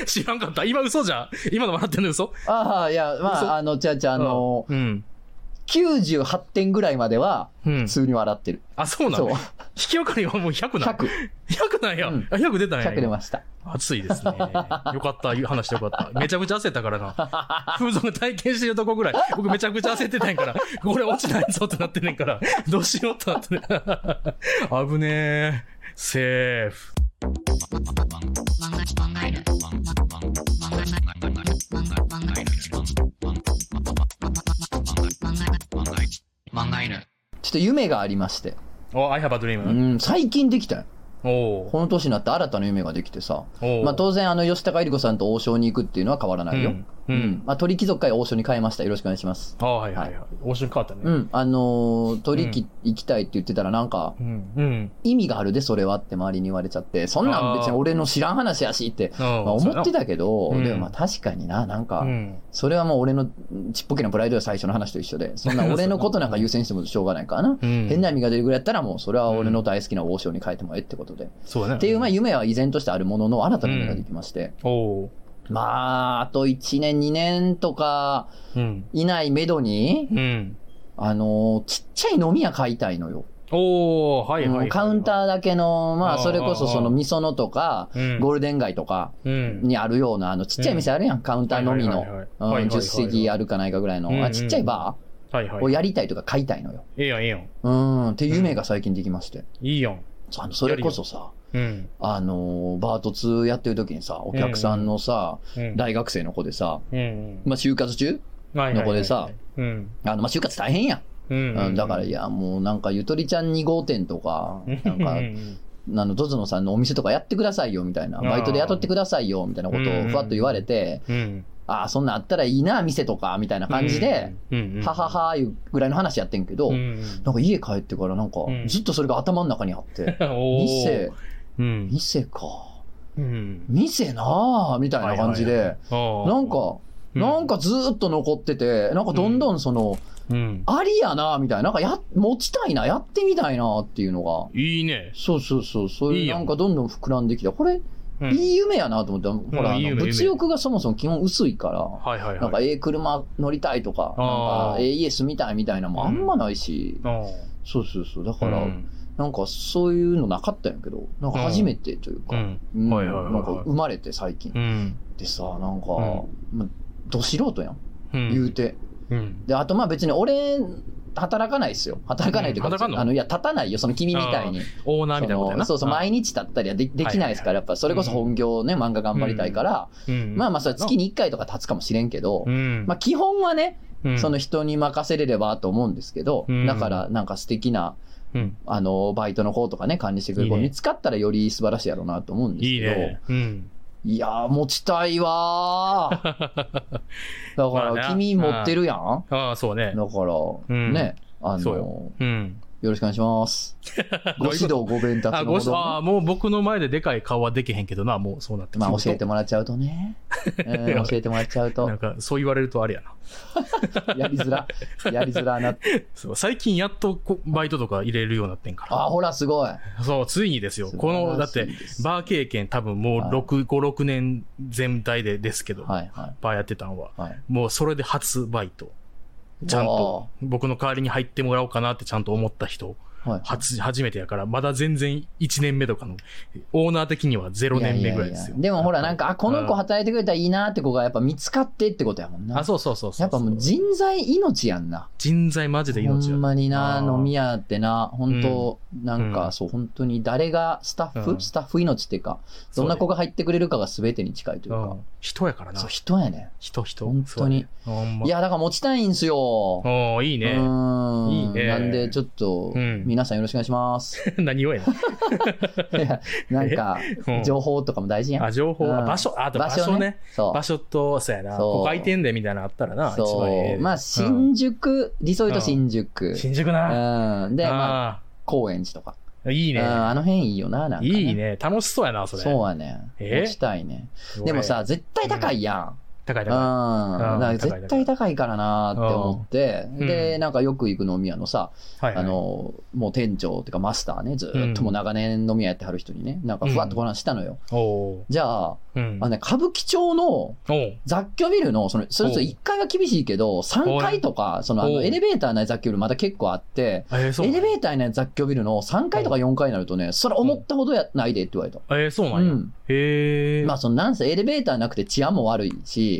S2: 知らんかった今嘘じゃん今の笑ってんの嘘
S1: ああ、いや、ま
S2: 嘘
S1: あ、あの、ちゃうちゃうあの、
S2: うん。
S1: 98点ぐらいまでは、
S2: うん
S1: 普。通に笑ってる。
S2: あ、そうな
S1: そ
S2: の
S1: う
S2: 引。き分かりはもう100なん
S1: 100、
S2: 100なんや。
S1: うん
S2: あ100出たんや。
S1: 100出ました。
S2: 暑 いですね。よかった、話してよかった。めちゃくちゃ焦ったからな。風俗体験してるとこぐらい、僕めちゃくちゃ焦ってたんやから、これ落ちないぞってなってんねんから、どうしようってなってね。危ねえ。セーフ。
S1: ちょっと夢がありまして。
S2: お、I have a
S1: う
S2: dream.
S1: ん、最近できたよ。
S2: おお
S1: この年になって新たな夢ができてさ。
S2: お
S1: まあ当然、あの、吉高由里子さんと王将に行くっていうのは変わらないよ。
S2: うんうん
S1: まあ鳥貴族会王将に変えました。よろしくお願いします。
S2: あはいはいはい。面白かった
S1: う
S2: ね。
S1: ん、あのー鳥貴行きたいって言ってたらなんか、
S2: うん。うん。
S1: 意味があるで、それはって周りに言われちゃって、そんなん別に俺の知らん話やしって、
S2: ま
S1: まあ、思って
S2: た。
S1: たけど、
S2: うん
S1: でもまあ確かにな、なん
S2: う
S1: か、
S2: ん。
S1: それはもう俺のちっぽけなプライドや最初の話と一緒で、 そんな俺のことなんか優先してもしょうがないからな。
S2: うん
S1: 変な意味が出るぐらいやったらもうそれは俺の大好きな王将に変えてもええってことで。
S2: そうだね。
S1: っていうまあ夢は依然としてあるものの新たな夢ができまして、
S2: おお
S1: まああと1年2年とか
S2: ーうん。
S1: 以内めどに、
S2: うん。
S1: あのーちっちゃい飲み屋買いたいのよ。
S2: おおはいはいはい。
S1: うんカウンターだけの、ま
S2: あ
S1: あ、
S2: ー
S1: それこそそのみそのとか、
S2: ー
S1: ゴールデン街とか
S2: うん。
S1: にあるような、あの、ちっちゃい店あるやん、カウンターのみの
S2: はいはいはいはい、
S1: うん
S2: はいはいはい
S1: 10席あるかないかぐらい
S2: うんうん
S1: の、あちっちゃいバ
S2: はいは
S1: ー
S2: い。
S1: をやりたいとか買いたいのよ。
S2: ええやん、ええやん。
S1: うん、っていう夢が最近できまして。
S2: いいやん。
S1: あのそれこそさ、
S2: うん。
S1: あのー、バート2やってる時にさ、お客さんのさ、
S2: うん。
S1: 大学生の子でさ、
S2: うん。
S1: まあ、就活中
S2: はいはいはい
S1: の子でさ。
S2: うん。
S1: あの、まあ、就活大変やん。う
S2: う。
S1: んん、だから、いや、もうなんか、ゆとりちゃん2号店とか
S2: うん、、
S1: なんか
S2: う、ん
S1: あの、ドズノさんのお店とかやってくださいよ、みたいな。
S2: あー
S1: バイトで雇ってくださいよ、みたいなこと
S2: うんう
S1: を
S2: ん
S1: ふわっと言われて、
S2: うん。
S1: ああ、そんなんあったらいいな、店とか、みたいな感じで、
S2: うん、
S1: ははは、いうぐらいの話やってんけど、
S2: うん、
S1: なんか家帰ってからなんか
S2: うん、
S1: ずっとそれが頭の中にあって、
S2: おー
S1: 店、
S2: うん。
S1: 店か。
S2: うん。
S1: 店なあみたいな感じで、な、
S2: なん
S1: か、なんかずーっと残ってて、なんかどんどんその、
S2: うん。
S1: ありやなみたいな、なんかや、持ちたいな、やってみたいなっていうのが、
S2: いいね。
S1: そうそうそう、そう
S2: いい
S1: いう
S2: やん
S1: なんかどんどん膨らんできた。これ、
S2: うん
S1: いい夢やなと思って、ほら、あ
S2: いい
S1: の
S2: 夢
S1: 物欲がそもそも基本薄いから、
S2: はいはいはい。
S1: なんか、ええ車乗りたいとか、なん
S2: あー
S1: か、ええ家住みたいみたいなのもあんまないし、
S2: あ
S1: そうそうそう、だ
S2: あ。
S1: か
S2: う
S1: ら、
S2: ん。
S1: なんかそういうのなかったんやけど、なんか初めてという
S2: う
S1: か、
S2: ん。
S1: うん
S2: はいはいはいはい
S1: なんか生まれて最近。
S2: うん。
S1: でさ、なんか、
S2: う
S1: まあど素人やん、
S2: うん
S1: 言うて。
S2: うん。
S1: で、あとまあ別に俺、働かないですよ。働かないというか、
S2: うん働かんの
S1: あの、いや、立たないよ、その君みたいに。
S2: オーナーみたいなこと
S1: そ
S2: や
S1: の
S2: な。
S1: そうそう、
S2: あ
S1: 毎日立ったりはでできないですから、やっぱそれこそ本業ね、漫画頑張りたいから、
S2: うん。
S1: まあまあ、それは月に1回とか立つかもしれんけど
S2: う、ん。
S1: まあ基本はね、
S2: うん
S1: その、人に任せれればと思うんですけど
S2: うん、
S1: だからなんか素敵な、
S2: うん。
S1: あの、バイトの子とかね、管理してくれる子
S2: いいね
S1: 見つかったらより素晴らしいやろうなと思うんです
S2: いい
S1: け
S2: ね。うん。
S1: ど、いやー、持ちたいわー。だか
S2: まあ
S1: ら
S2: な
S1: 君持ってるやん。
S2: ああ、そうね。
S1: だから、
S2: ん
S1: ね、あ
S2: そ
S1: の、
S2: う
S1: よ
S2: うん。
S1: ろしくお願いし ます。ご指導ご鞭
S2: あ、
S1: 達の
S2: ご
S1: ほ
S2: し
S1: どね。
S2: あーもう僕の前ででかい顔はできへんけどな、もうそうなってくる
S1: ま
S2: と
S1: あ教えてもらっちゃうとね。 うん教えてもらっちゃうと
S2: な、んか、そう言われるとあれやな。
S1: やりづら、やりづらなって。
S2: そう最近やっとこバイトとか入れるようになってんから。
S1: あ、ほら、すごい。
S2: そう、ついにですよ。
S1: 素
S2: この、
S1: 晴
S2: だ
S1: ら
S2: っ
S1: しい
S2: て、
S1: です
S2: バー経験多分もう
S1: はい
S2: 6、5、6年全体でですけど、
S1: はいは
S2: バーやってたんは。
S1: いはい。
S2: もうそれで初バイト。ちゃんと、僕の代わりに入ってもらおうかなってちゃんと思った人、
S1: おー。はい。
S2: 初、初めてやから、まだ全然1年目とかの、オーナー的には0年目ぐらいです
S1: ややや
S2: よ。
S1: でもほら、なんか、あ、この子
S2: うん
S1: 働いてくれたらいいなって子がやっぱ見つかってってことやもんな。
S2: あ、そうそうそうそう。
S1: やっぱもう人材命やんな。
S2: 人材マジで命
S1: ほ
S2: や
S1: んまにな、
S2: あー
S1: 飲み屋ってな、本当、なん
S2: う
S1: か
S2: ん
S1: そう、本当に誰がスタッフ、
S2: うん
S1: スタッフ命っていうか、どんな子が入ってくれるかが全てに近いという
S2: う
S1: か
S2: ん、人やからな
S1: そう、。人やね。
S2: 人、人。
S1: 本当に
S2: そうやね。ほんま
S1: いや、だから持ちたいんすよ。
S2: おーいいうね。
S1: ー
S2: いい
S1: ん。
S2: ね
S1: なんで、ちょっと
S2: う、ん
S1: 皆さんよろしくお願いします。
S2: 何をやねん
S1: いやなんか
S2: えう ん、
S1: 情報とかも大事や
S2: あ、
S1: ん。
S2: 情報、
S1: うん
S2: あ場所、あと場
S1: 場
S2: 所
S1: 所
S2: ね
S1: ね。そう
S2: 場。所と、そうや
S1: そ
S2: な。
S1: う
S2: ここ空いてんで、みたいなのあったらな、一番え
S1: そ
S2: え
S1: う。まあ、
S2: うん
S1: 新宿、理想言うと新宿。
S2: 新宿な。
S1: うん。で、まあ、
S2: あ
S1: 高円寺とか。
S2: ーいい
S1: うん
S2: ね。
S1: あの辺いいよな、なんか。
S2: いい。ね。楽しそうやな、それ。
S1: そうやね。
S2: え
S1: 持ちたいね。
S2: う
S1: でも、さ、絶対高いやん。
S2: 高い高い。
S1: うんだ
S2: うん
S1: から
S2: 高い
S1: 絶対高いからなーって思って、
S2: うんう
S1: で、
S2: ん
S1: なんかよく行く飲み屋のさ、
S2: はいはい
S1: あの、もう店長っていうかマスターね、ずーっと
S2: うん
S1: もう長年飲み屋やってはる人にね、なんかふわっとこ話したのよ。
S2: おー
S1: じゃあ、
S2: うん
S1: あのね、歌舞伎町の
S2: おー
S1: 雑居ビルの、その、それこそ
S2: おう
S1: 1階は厳しいけど、3階とか、その、あ
S2: お
S1: の、
S2: う
S1: エレベーターない雑居ビルまだ結構あって、
S2: えー、そう
S1: エ
S2: なん
S1: レベーターない雑居ビルの3階とか4階になるとね、それ思ったほどやないでって言われた。
S2: えー、そう
S1: う
S2: なんや。
S1: ん。
S2: へえ。
S1: まあ、その、なんせエレベーターなくて治安も悪い し、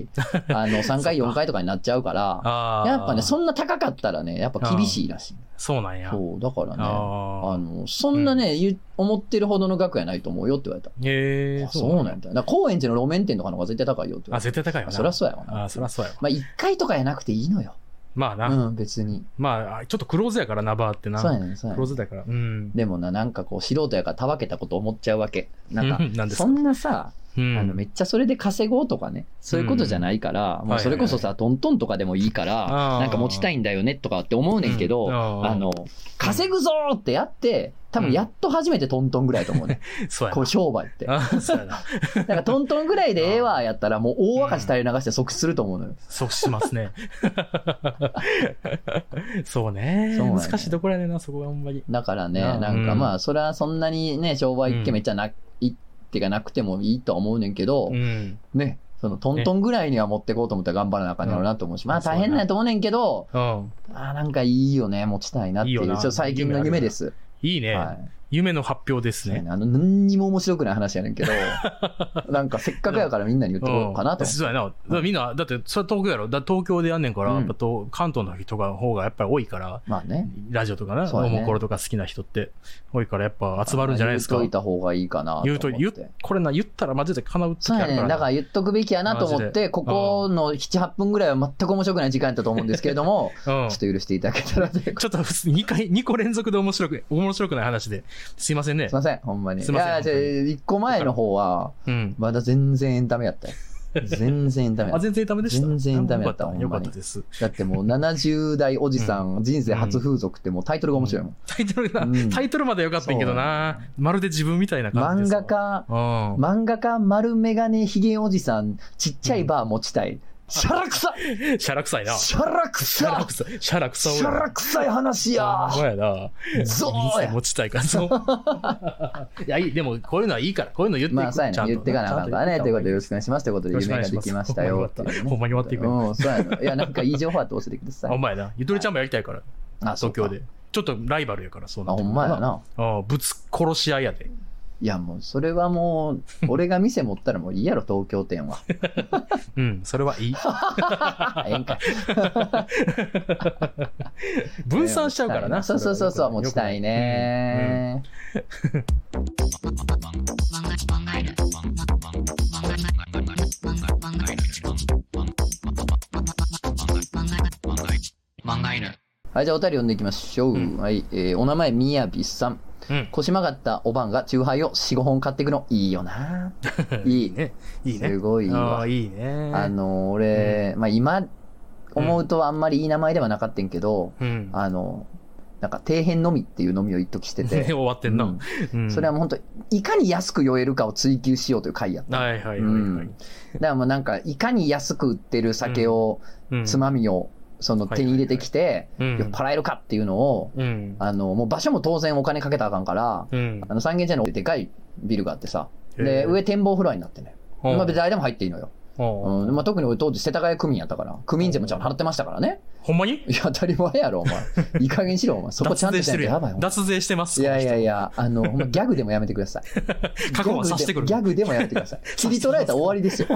S1: あの、3階4階とかになっちゃうから、
S2: あー
S1: やっぱね、そんな高かったらね、やっぱ厳しいらしい。
S2: そうなんや。
S1: そう、だからね、あ
S2: ああ。
S1: の、そんなね、言う思ってるほどの額やないと思うよって言われた。
S2: へえ。
S1: あそうなんだ。だから高円寺の路面店とかの方が絶対高いよって言わ
S2: あ、
S1: れた。
S2: 絶対高いよな。
S1: そりゃそうやわな。
S2: あーそりゃそうやわ。
S1: まあ、1回とかやなくていいのよ。
S2: まあな。
S1: うん、別に。
S2: まあ、ちょっとクローズやからな、バーってな。
S1: そうやねん、そうや
S2: ク
S1: ね
S2: ロ
S1: ん。
S2: ーズだから。うん。
S1: でもな、なんかこう、素人やからたわけたこと思っちゃうわけ。なんか
S2: う、んなんです
S1: そ
S2: か
S1: んなさ、
S2: うん
S1: あの、めっちゃそれで稼ごうとかね、そういうことじゃないから、
S2: ん
S1: もうそれこそさ、トントンとかでもいいか
S2: あ
S1: ら、
S2: ー
S1: なんか持ちたいんだよねとかって思うねんけ
S2: う
S1: ど、
S2: んあー
S1: あの、稼ぐぞーってやって、多分やっと初めてトントンぐらいやと思うね。
S2: そうや
S1: こう商売って。
S2: な。あーそうやな。
S1: なんかトントンぐらいでええわやったら、もう大赤字垂れ流して即死すると思うのよ。
S2: そうしますね。 そうね。
S1: そうなんや
S2: 難しいところやねんな、そこはほんまに。
S1: だからね、
S2: うん
S1: なんかまあ、それはそんなにね、商売っ気めっちゃな、いってかなくてもいいとは思うねんけど、
S2: うん。
S1: ね、そのトントンぐらいには持ってこうと思ったら頑張らなあかんやろうなと思うし、まあ大変なんやと思うねんけど、
S2: うん。
S1: あーなんかいいよね、持ちたいなっていう、
S2: いいよ
S1: ちょ
S2: な
S1: っと最近の夢です。
S2: いいね。
S1: はい。
S2: 夢の発表ですね。
S1: あの、何にも面白くない話やねんけ ど、なんかせっかくやからみんなに言ってこようかなと思って。
S2: んそうやな。だからみんな、だって、それ東京やろ。だから東京でやんねんから、
S1: うん
S2: やっぱと関東の人が方がやっぱり多いから、
S1: まあね。
S2: ラジオとかな、
S1: そう
S2: お
S1: やね
S2: もころとか好きな人って多いから、やっぱ集まるんじゃないですか
S1: 言。うといた方がいいかなと
S2: 言
S1: 思って。
S2: うと、言っこれな、言ったらマジで叶う時
S1: そう
S2: あ
S1: や
S2: る
S1: ね
S2: から
S1: ん。だから言っとくべきやなと思
S2: マ
S1: っ
S2: ジで
S1: て、ここの7、8分ぐらいは全く面白くない時間やったと思うんですけれども、
S2: うん
S1: ちょっと許していただけたらということ
S2: ちょっと普通に2回、二個連続で面白く、面白くない話で。すいませんね
S1: すい。ません、ほんまに。
S2: すいません
S1: いや、じゃ
S2: 本当
S1: 1個前の方は、
S2: うん。
S1: まだ全然エンタメや ったよ。全然エンタメや
S2: あ、
S1: った。
S2: 全然ダメでした。
S1: 全然ダメだった
S2: あよかったよかったです。
S1: だってもう70代おじさん、人生初風俗ってもうタイトルが面白いもん。
S2: タイトルが、
S1: うん
S2: タイトルまでよかったんけどな、まるで自分みたいな感
S1: 漫
S2: じです。
S1: 画。家、
S2: うん。
S1: 漫画家丸メガネヒゲおじさん、ちっちゃいバー持ちたい。シャラクサ
S2: シャラ臭いな。シ
S1: シャラク
S2: ャラ
S1: サ
S2: 臭い。シャラ臭い。
S1: シャラ臭い話や
S2: ほんまやな。
S1: ゾウや
S2: 人生持ちたいから、そう。 いや、いい、でも、こういうのはいいから、こういうの言っていく
S1: まあ、そうや
S2: ちゃ
S1: ね
S2: ん。
S1: 言
S2: と
S1: ってかなあかんからね。ということで、よろしくお願いします。ということで、
S2: よろしくお
S1: 夢
S2: 願い
S1: が
S2: し
S1: で
S2: ます
S1: きましたよ。
S2: ほんまに終わっていく
S1: うん、そうやの。いや、なんかいい情報あって教えてくださ
S2: あ、お
S1: い。
S2: 前な。ゆとりちゃんもやりたいから、
S1: あ、そう
S2: 東
S1: か
S2: 京。で。ちょっとライバルやから、そう
S1: あ、
S2: なっ
S1: ほ
S2: てく
S1: ん
S2: る
S1: まやな。
S2: あぶつ殺し合いやで。
S1: いや、もう、それはもう、俺が店持ったらもういいやろ、東京店は。
S2: うん、それはいい。
S1: あええんかい
S2: 分散しちゃうからな。
S1: そうそうそうそう、持ちたいね。はい、じゃあお便り読んでいきましょう。
S2: うん
S1: はい、えーお名前、みやびさん。
S2: うん
S1: 腰曲がったおばんがチューハイを4、5本買っていくのいいよ な。いい。
S2: ね。いいね。
S1: すごいいい
S2: あ
S1: わ
S2: あ、。いいね。
S1: あ、の、俺、まあ今、思うとあんまりいい名前ではなかったんけど、
S2: うん。
S1: あの、なんか、底辺のみっていうのみを一時して て
S2: 終。わってん
S1: うん
S2: な。うん
S1: それはもう本当、いかに安く酔えるかを追求しようという回やった。
S2: はいはいはい
S1: うん
S2: はい。
S1: だからもうなんか、いかに安く売ってる酒を、
S2: うん
S1: つまみを、その
S2: はい
S1: 手に入れてきて、
S2: うん
S1: 酔っ払えるかっていうのを、
S2: うん。
S1: あの、もう場所も当然お金かけたらあかんから、
S2: うん。
S1: あの三軒茶屋のでかいビルがあってさ、
S2: へ
S1: で、
S2: ー
S1: 上展望フロアになってね。
S2: うん
S1: まあ別に誰でも入っていいのよ。
S2: うん
S1: うん。まあ特に俺当時世田谷区民やったから、区民税もちゃんと払ってましたからね。
S2: ほんまに
S1: いや、当たり前やろ、お前。いい加減にしろ、お前。そこちゃんと
S2: 脱税してる
S1: や
S2: や
S1: やばい、お
S2: ん。
S1: 前。
S2: 脱税してます。
S1: いやいやい
S2: や。
S1: や、あの、ほんまギャグでもやめてくださ い。
S2: 過去は察してくる
S1: ギ。ャグでもやめてくだ さい。切り取られたら終わりですよ。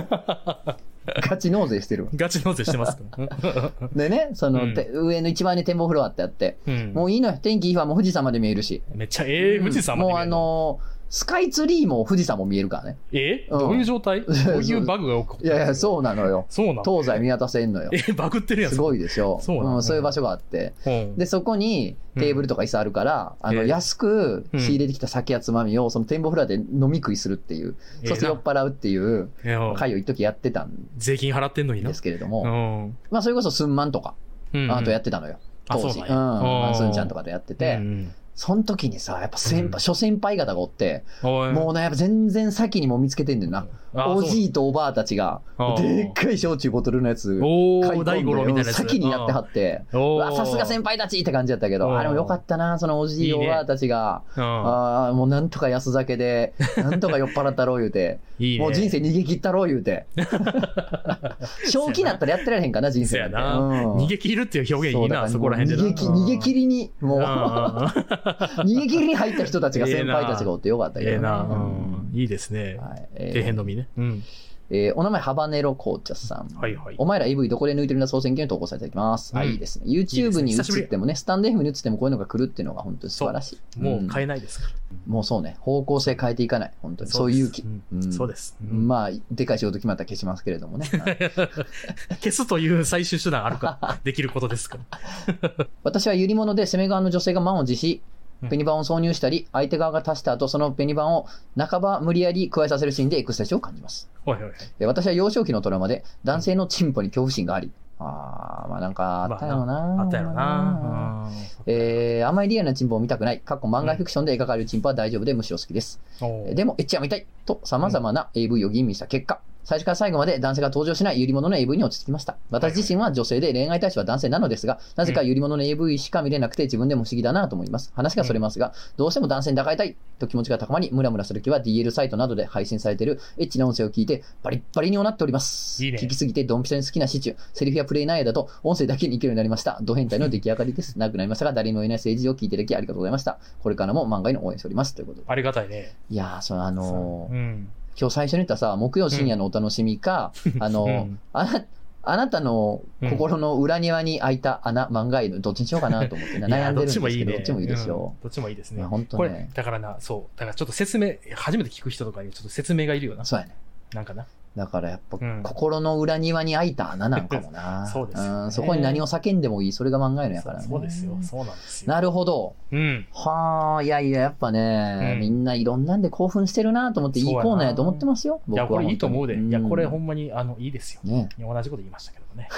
S1: ガチ納税してるわ。
S2: ガチ納税し てますから。
S1: でね、その、
S2: うん
S1: て上の一番に展望フロアってあって、
S2: うん
S1: もういいのよ。天気いいわ、もう富士山まで見えるし。
S2: めっちゃ、ええ、富士山ま
S1: も
S2: で
S1: う
S2: 見え
S1: あ
S2: るの。
S1: のースカイツリーも富士山も見えるからね。
S2: え
S1: うん
S2: どういう状 態どういうバグが起こって
S1: い
S2: る
S1: やいや、そうなのよ。
S2: そうなの
S1: 東西見渡せんのよ。
S2: え、バグってるやん。
S1: すごいでしょ。
S2: そうなの
S1: んそういう場所があって。
S2: うん。
S1: で、そこにテーブルとか椅子あるから、あの、
S2: ええ
S1: 安く仕入れてきた酒やつまみを、その展望フロアで飲み食いするっていう、そして酔っ払うっていう
S2: ええな
S1: 会を一時やってたん
S2: 税金払ってんのにな
S1: で。すけれども、
S2: うん。
S1: まあ、それこそすんまんとか、
S2: うん
S1: あとやってたのよ。
S2: あ
S1: 当時。。
S2: そううんなんやうん
S1: まあすんちゃんとかでやってて。
S2: うん
S1: その時にさ、やっぱ先輩、
S2: うん
S1: 諸先輩方がおって、
S2: おい
S1: もうね、やっぱ全然先にもう見つけてんねんな。
S2: あ
S1: おじいとおばあたちが
S2: あ、ー
S1: でっかい焼酎ボトルのやつ、買い
S2: お
S1: 込
S2: ー、
S1: んで
S2: 大五郎みたいなやつ。
S1: 先にやってはって、う
S2: お
S1: わさすが先輩たちって感じだったけ
S2: うん
S1: ど、あれもよかったな、そのおじ
S2: い
S1: い
S2: い
S1: お
S2: ね
S1: ばあたちが、
S2: 輩。
S1: ああ、もうなんとか安酒 で、なんとか酔っ払ったろう言うて、
S2: うん。いいね。
S1: もう人生逃げ切ったろう言う て。正気になったらやってられへんかな、人
S2: そ
S1: 生
S2: や
S1: なんて。
S2: な。
S1: うん
S2: 逃げ切るっていう表現いいな、
S1: うだから
S2: そこら辺で
S1: 逃
S2: な。
S1: げ切逃げ切りに、もう、
S2: うん
S1: 逃げ切りに入った人たちが先輩たちがおってよかったけど
S2: え
S1: ね。
S2: えな。う
S1: うん
S2: んいいですね。
S1: はい
S2: 底辺
S1: え
S2: のみね。うん。
S1: ーえーお名前、ハバネロ紅茶さん。
S2: はいはい。
S1: お前ら AV どこで抜いてるんだ総選挙に投稿されていただきます。あ
S2: うん
S1: いいですね。
S2: いいです
S1: YouTube
S2: ね
S1: に映
S2: 久しぶり
S1: ってもね、スタンド F に映ってもこういうのが来るっていうのが本当に素晴らしい。
S2: も
S1: ん
S2: う変えないですから。
S1: もうそうね、方向性変えていかない。本当に。そういう勇気。
S2: 気そうです。うん
S1: まあ、でかい仕事決まったら消しますけれど もね。はい
S2: 消すという最終手段あ るか、できることですから。
S1: 私はゆり物で攻め側の女性が満を持し
S2: うん、
S1: ペニバンを挿入したり、相手側が足した後、そのペニバンを半ば無理やり加えさせるシーンでエクスタシーを感じます。
S2: おいおいおい。
S1: え私は幼少期のトラウマで、男性のチンポに恐怖心があり、あー、まあなんかあったやろな、
S2: あったやろな。
S1: えー、あまりリアルなチンポを見たくない。過去漫画フィクションで描かれるチンポは大丈夫でむしろ好きです。
S2: うんお
S1: えー
S2: う
S1: でも、エッチは見たいと様々な AV を吟味した結果、最初から最後まで男性が登場しないゆり物の AV に落ち着きました。私自身は女性で恋愛対象は男性なのですが、なぜかゆり物の AV しか見れなくて自分でも不思議だなと思います。話がそれますが、どうしても男性に抱えたいと気持ちが高まり、ムラムラする気は DL サイトなどで配信されているエッチな音声を聞いて、バリッバリにおなっております。
S2: いいね
S1: 聞きすぎてドンピシャに好きなシチュー、セリフやプレイ内容だと音声だけにいけるようになりました。ド変態の出来上がりです。なくなりましたが、誰にも言えない政治を聞いていただきありがとうございました。これからも漫画への応援しております。ということで。
S2: ありがたいね。
S1: いやー、そのあのー
S2: うん。
S1: 今日最初に言ったさ、木曜深夜のお楽しみか、あの、
S2: うん
S1: あな、あなたの心の裏庭に開いた穴、漫画犬、どっちにしようかなと思って、
S2: いや
S1: 悩んでるんですけど、どっちもいい,、
S2: ね
S1: でしょ
S2: うんどっちもいいです
S1: い
S2: ね
S1: やほんとね
S2: これだからなそうだからちょっと説明初めて聞く人とかにちょっと説明がいるよな
S1: そうやね。
S2: なんかな
S1: だからやっぱ、
S2: うん
S1: 心の裏庭に開いた穴なんかもな。
S2: そうですよね
S1: んそこに何を叫んでもいい、それが漫画犬やからね。
S2: そうそうですよそうなんですよ
S1: なるほど。
S2: うん
S1: はあ、いやいや、やっぱね、
S2: うん
S1: みんないろんなんで興奮してるなと思って、いいコーナーやと思ってますよ。
S2: い
S1: 僕は
S2: やこれいいと思うで
S1: 本当に
S2: いやこれ
S1: うん
S2: ほんまにあのいいですよ
S1: ね
S2: 同じこと言いましたけどね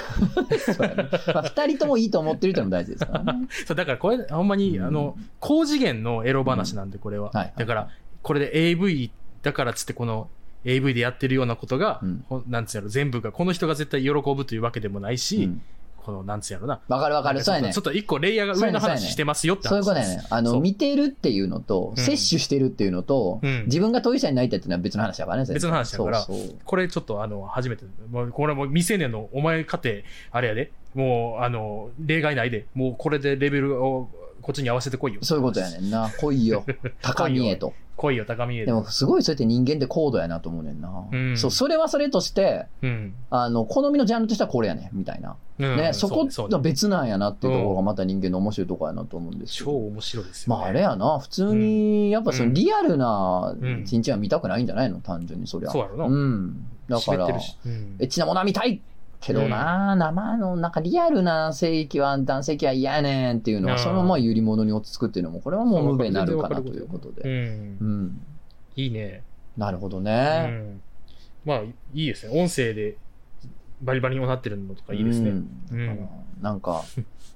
S1: そうやね。まあ、二人ともいいと思ってるってのも大事ですからね。
S2: そうだからこれほんまに
S1: うん
S2: あの高次元のエロ話なんでこれは
S1: はい
S2: だからこれで AV だからっつってこの AV でやってるようなことが
S1: うん
S2: ほんなんつうやろ全部がこの人が絶対喜ぶというわけでも ないうし
S1: ん
S2: このなんつうやろな
S1: わかるわかる。そうやね
S2: ちょ。っと一個レイヤーが上の
S1: そうやねそうや
S2: 話
S1: ね
S2: してますよって話
S1: そういうことやね。あ
S2: そ
S1: の、
S2: う
S1: 見てるっていうのと、
S2: うん
S1: 摂取してるっていうのと、
S2: うん
S1: 自分が当事者になりたいっていうのは別の話だからね、全然
S2: 別の話だから
S1: そうそう
S2: これちょっとあの、初めて、もうこれもう未成年のお前家庭、あれやで、もうあの、例外ないで、もうこれでレベルをこっちに合わせてこいよ。
S1: そういうことやねんな。来い よ。高みへと。
S2: 来いよ、高見え
S1: でも、すごいそうやって人間って高度やなと思うねんな。
S2: うん
S1: そう、それはそれとして、
S2: うん。
S1: あの、好みのジャンルとしてはこれやねん、みたいな。
S2: うん
S1: ね、そこ
S2: そうね
S1: と
S2: そうね
S1: 別なんやなっていうところがまた人間の面白いところやなと思うんですけ
S2: 超
S1: ど。
S2: 面白いですよ、
S1: ま
S2: ね。
S1: ああれやな、普通に、やっぱそうの
S2: ん
S1: リアルな
S2: うん
S1: チンチンは見たくないんじゃないの単純にそりゃ。
S2: そうやろな。
S1: うん。だか
S2: 湿っ
S1: ら
S2: て、るしうん
S1: エッチなものは見たいけどな、生の、なんかリアルな性域は、男性器は嫌やねんっていうの
S2: う
S1: は、
S2: ん
S1: そのままゆり物に落ち着くっていうのも、これはもう無べになるかなということ
S2: う。
S1: で。うんん。
S2: いいね。
S1: なるほど
S2: う
S1: ね。
S2: ん。まあ、いいですね。音声でバリバリになってるのとかいいです
S1: う
S2: ね。
S1: ん
S2: うん
S1: だからなんか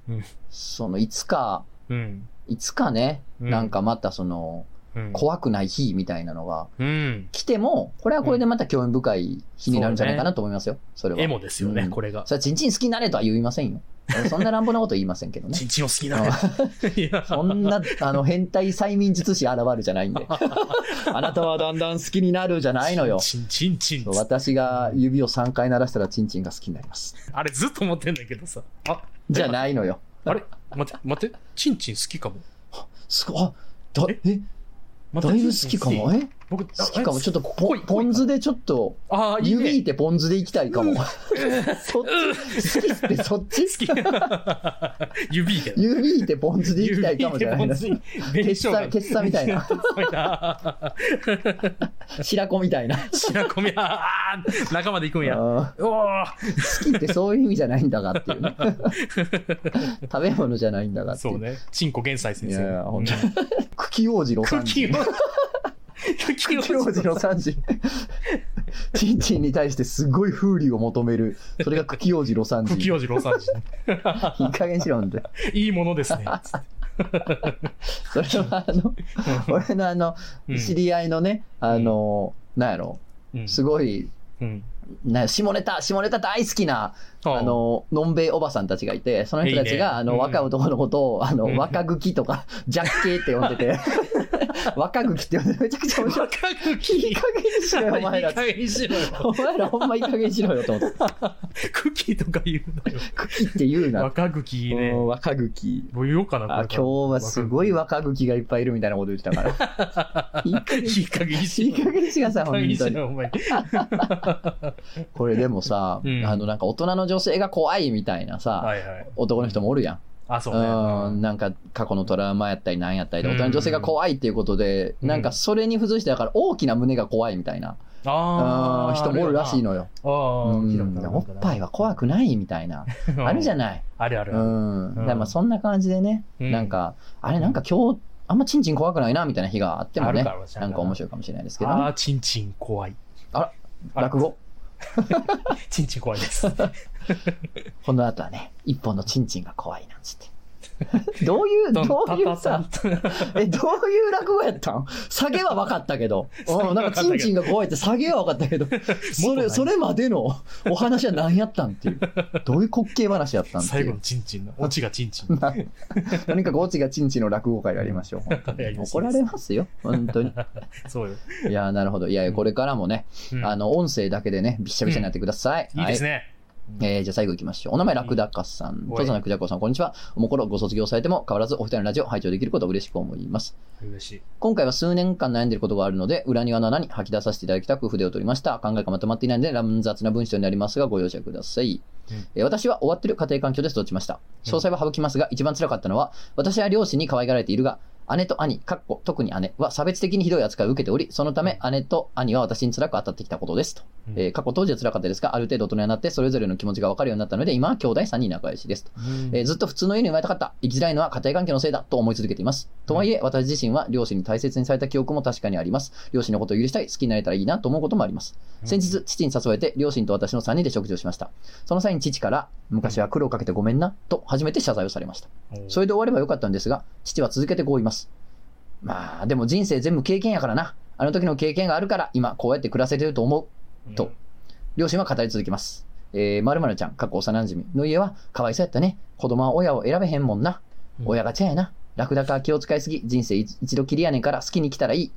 S2: うん、
S1: その、いつか、
S2: うん。
S1: いつかね、
S2: うん
S1: なんかまたその、
S2: うん。
S1: 怖くない日みたいなのが
S2: うん。
S1: 来ても、これはこれでまた興味深い日になるんじゃないかなと思いますよ。それは。
S2: エモですよね、
S1: うん
S2: これが。
S1: それはチンチン好きになれとは言いませんよ。そんな乱暴なこと言いませんけどね
S2: ち。んちんを好きなの。 いや
S1: そんな、あの、変態催眠術師現るじゃない んで。あなたはだんだん好きになるじゃないのよ。
S2: チンチンチン
S1: そう私が指を3回鳴らしたらチンチンが好きになります。
S2: あれずっと思ってんだけどさ。あ、
S1: じゃないのよ。
S2: あれ待って、待って、チンチン好きかも。
S1: すごい。あだ
S2: え
S1: え、
S2: 待っ
S1: だ
S2: て
S1: いぶ好きか
S2: チンチン
S1: も。え
S2: 僕、好
S1: 好きかも。ちょっと
S2: 濃
S1: ポ
S2: い濃い
S1: ポン酢でちょっと、
S2: ああ、いい
S1: 指っ
S2: ね。
S1: てポン酢でいきたいかも。 そっち、好きってそっち
S2: 好き。 指で。
S1: 指ってポン酢でいきたいかもじゃないな。鉄
S2: 指で紅しょうが
S1: 砂、鉄砂みたいな。
S2: 鉄砂みたいな。
S1: 白子みたいな。
S2: 白込み、ああ、中まで行くんや。
S1: うん
S2: おお、
S1: 好きってそういう意味じゃないんだがっていう ね。食べ物じゃないんだがってい。
S2: そううね。チンコ玄斎先
S1: い
S2: 生。
S1: やいやほんと
S2: うん
S1: 茎王子の
S2: ク
S1: 三
S2: ッキ
S1: 時。
S2: ーを。クッキ
S1: 茎王子の三時。チンチンに対してすごい風流を求める。それが茎王子の三
S2: クッキ
S1: 時。
S2: ー王子ロサンジね。
S1: いい加減しろんで。
S2: いいものですね。
S1: それはあ の、俺のあの、
S2: うん
S1: 知り合いのね、あの、なんやろ、
S2: うん
S1: すごい、
S2: うん
S1: な下ネタ、下ネタ大好きな、
S2: あ
S1: あの、のんべいおばさんたちがいて、その人たち
S2: いいね
S1: が、あ
S2: う
S1: の、
S2: ん
S1: 若い男のことを、あ
S2: う
S1: の、
S2: ん
S1: 若ぐきとか、ジャッケーって呼んで て、若ぐきって呼んでめちゃくちゃ面白い。
S2: 若く
S1: い
S2: き
S1: い加減にしろよ、お前ら。
S2: いい加減にしろよ
S1: お前らほんまいい加減にしろよと思って。
S2: クキとか言うのよ
S1: クキって言うな。
S2: 若くきいいね
S1: う
S2: も
S1: ん若ぐき。
S2: う言おうかなこ
S1: あ
S2: れから
S1: 今日はすごい若ぐきがいっぱいいるみたいなこと言ってたから。 いい加減
S2: いい加減に
S1: い
S2: し
S1: い加減にしなさい、
S2: ろ
S1: 本
S2: いい加減に
S1: 当
S2: し
S1: に。
S2: ろお前
S1: これでもさ、
S2: うん
S1: あの、なんか大人の女性が怖いみたいなさ、
S2: はいはい
S1: 男の人もおるやん。
S2: あそううね
S1: ん、なんか過去のトラウマやったりなんやったりで、
S2: うん
S1: 大人の女性が怖いっていうことで、
S2: うん
S1: なんかそれに付随してだから大きな胸が怖いみたいな、
S2: あ
S1: う
S2: あ
S1: ん人もおるらしいのよ。
S2: ああ
S1: うん
S2: 聞いたことある
S1: おっぱいは怖くないみたいな。
S2: うん
S1: あるじゃない。
S2: あるある
S1: う
S2: ある
S1: ん。
S2: ん
S1: だからまあそんな感じでね、
S2: うん
S1: なんか、あれなんか今日、あんまチンチン怖くないなみたいな日があっても
S2: あ
S1: ね
S2: るかもし、れな
S1: ないんか面白いかもしれないですけど
S2: あ
S1: ね。
S2: あちんちん怖い
S1: あら、
S2: あ
S1: 落語。
S2: ちんちん怖 いです
S1: この後はね、一本のチンチンが怖いなんつ って。どういう、どういうさ、え、どういう落語やったん下げは分かったけど。
S2: 下げは
S1: うん、
S2: 分
S1: な
S2: か
S1: ん
S2: ったけど
S1: かチンチンが怖いって下げは分かったけ ど、それ、
S2: 何
S1: それまでのお話は何やったんって いう。どういう滑稽話やったんって
S2: 最
S1: い
S2: 後の
S1: う。
S2: ちんちんのオチがちんちん
S1: なとにかくゴチがチンチンの落語会やりましょう。 本当
S2: や
S1: に
S2: りましょ
S1: 怒
S2: う
S1: られますよ。本当 に。
S2: そうよ
S1: いやー、なるほど。いやいや、これからもね、
S2: うん
S1: あの、音声だけでね、びっしゃびしゃになってください。
S2: いいです
S1: ね。
S2: ね
S1: えーじゃあ最後行きましょう。お名前、ラクダカさん。
S2: おい
S1: とざなくじゃこさん、こんにちは。おもころご卒業されても、変わらずお二人のラジオを拝聴できることを嬉しく思います。
S2: 嬉しい
S1: 今回は数年間悩んでいることがあるので、裏庭の穴に吐き出させていただきたく筆を取りました。考えがまとまっていないので、乱雑な文章になりますが、ご容赦ください。
S2: うん
S1: えー私は終わってる家庭環境で育ちました。詳細は省きますが、一番辛かったのは、私は両親に可愛がられているが、姉と兄、かっこ特に姉は差別的にひどい扱いを受けており、そのため姉と兄は私に辛く当たってきたことですと。
S2: うん
S1: えー過去当時は辛かったですが、ある程度大人になって、それぞれの気持ちが分かるようになったので、今は兄弟3人仲良しですと。えーずっと普通の家に生まれたかった、生きづらいのは家庭環境のせいだと思い続けています。とはいえ、私自身は両親に大切にされた記憶も確かにあります。両親のことを許したい、好きになれたらいいなと思うこともあります。先日、父に誘われて、両親と私の3人で食事をしました。その際に父から、昔は苦労をかけてごめんな、と初めて謝罪をされました。
S2: うん
S1: それで終わればよかったんですが、父は続けてこう言います。まあ、でも人生全部経験やからな。あの時の経験があるから、今こうやって暮らせてると思う。と両親は語り続けます。えー、〇〇ちゃん、過去幼馴染の家は、かわいそうやったね。子供は親を選べへんもんな。
S2: うん
S1: 親がちゃやな。ラクダか気を使いすぎ、人生一一度きりやねんから好きに来たらいい。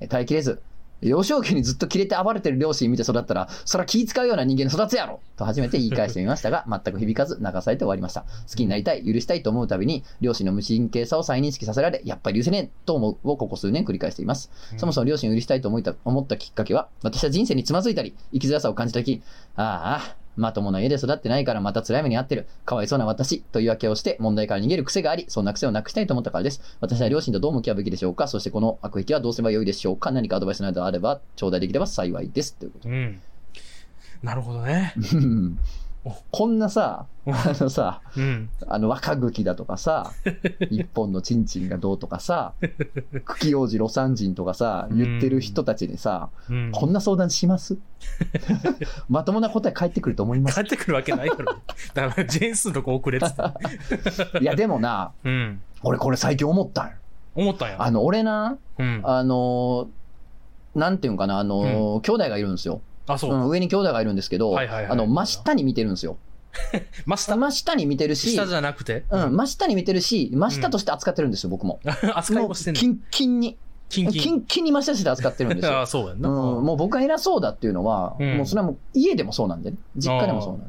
S1: えー耐えきれず、幼少期にずっとキレて暴れてる両親見て育ったら、そら気使うような人間に育つやろと初めて言い返してみました が、全く響かず流されて終わりました。好きになりたい、許したいと思うたびに、両親の無神経さを再認識させられ、やっぱり許せねえと思うをここ数年繰り返しています。そもそも両親を許したいと思った思ったきっかけは、私は人生につまずいたり、生きづらさを感じた時、ああ、まともな家で育ってないからまた辛い目に遭ってる。かわいそうな私、と言い訳をして問題から逃げる癖があり、そんな癖をなくしたいと思ったからです。私は両親とどう向き合うべきでしょうかそしてこの悪癖はどうすればよいでしょうか何かアドバイスなどあれば、頂戴できれば幸いです。というこ
S2: うんうんなるほどね
S1: と。こんなさ、あのさ、
S2: うん
S1: あの若茎だとかさ、一本のチンチンがどうとかさ、茎王子ロサン人とかさ、言ってる人たちにさ、
S2: うん
S1: こんな相談します まともな答え返ってくると思います。
S2: 帰ってくるわけないだ ろだからジェンスのとこ遅れてた
S1: いや、でもな、
S2: うん
S1: 俺これ最近思ったんよ
S2: 思ったんや
S1: あの、俺な、
S2: うん
S1: あのーなんていうんかな、あのー兄弟がいるんですよ。
S2: あそううん
S1: 上に兄弟がいるんですけど、
S2: はいはいはい
S1: あの、真下に見てるんですよ。
S2: 真下
S1: 真下に見てるし、
S2: 下じゃなくて
S1: うん、真下に見てるし、真下として扱ってるんですよ、僕も。
S2: 扱いもしてんの
S1: キンキンに、キ
S2: キン
S1: ン
S2: キン
S1: キンに真下として扱ってるんですよ
S2: あ。あそうやんな
S1: うん、もう僕が偉そうだっていうのは、
S2: うん
S1: もうそれはもう家でもそうなんでね、実家でもそうなん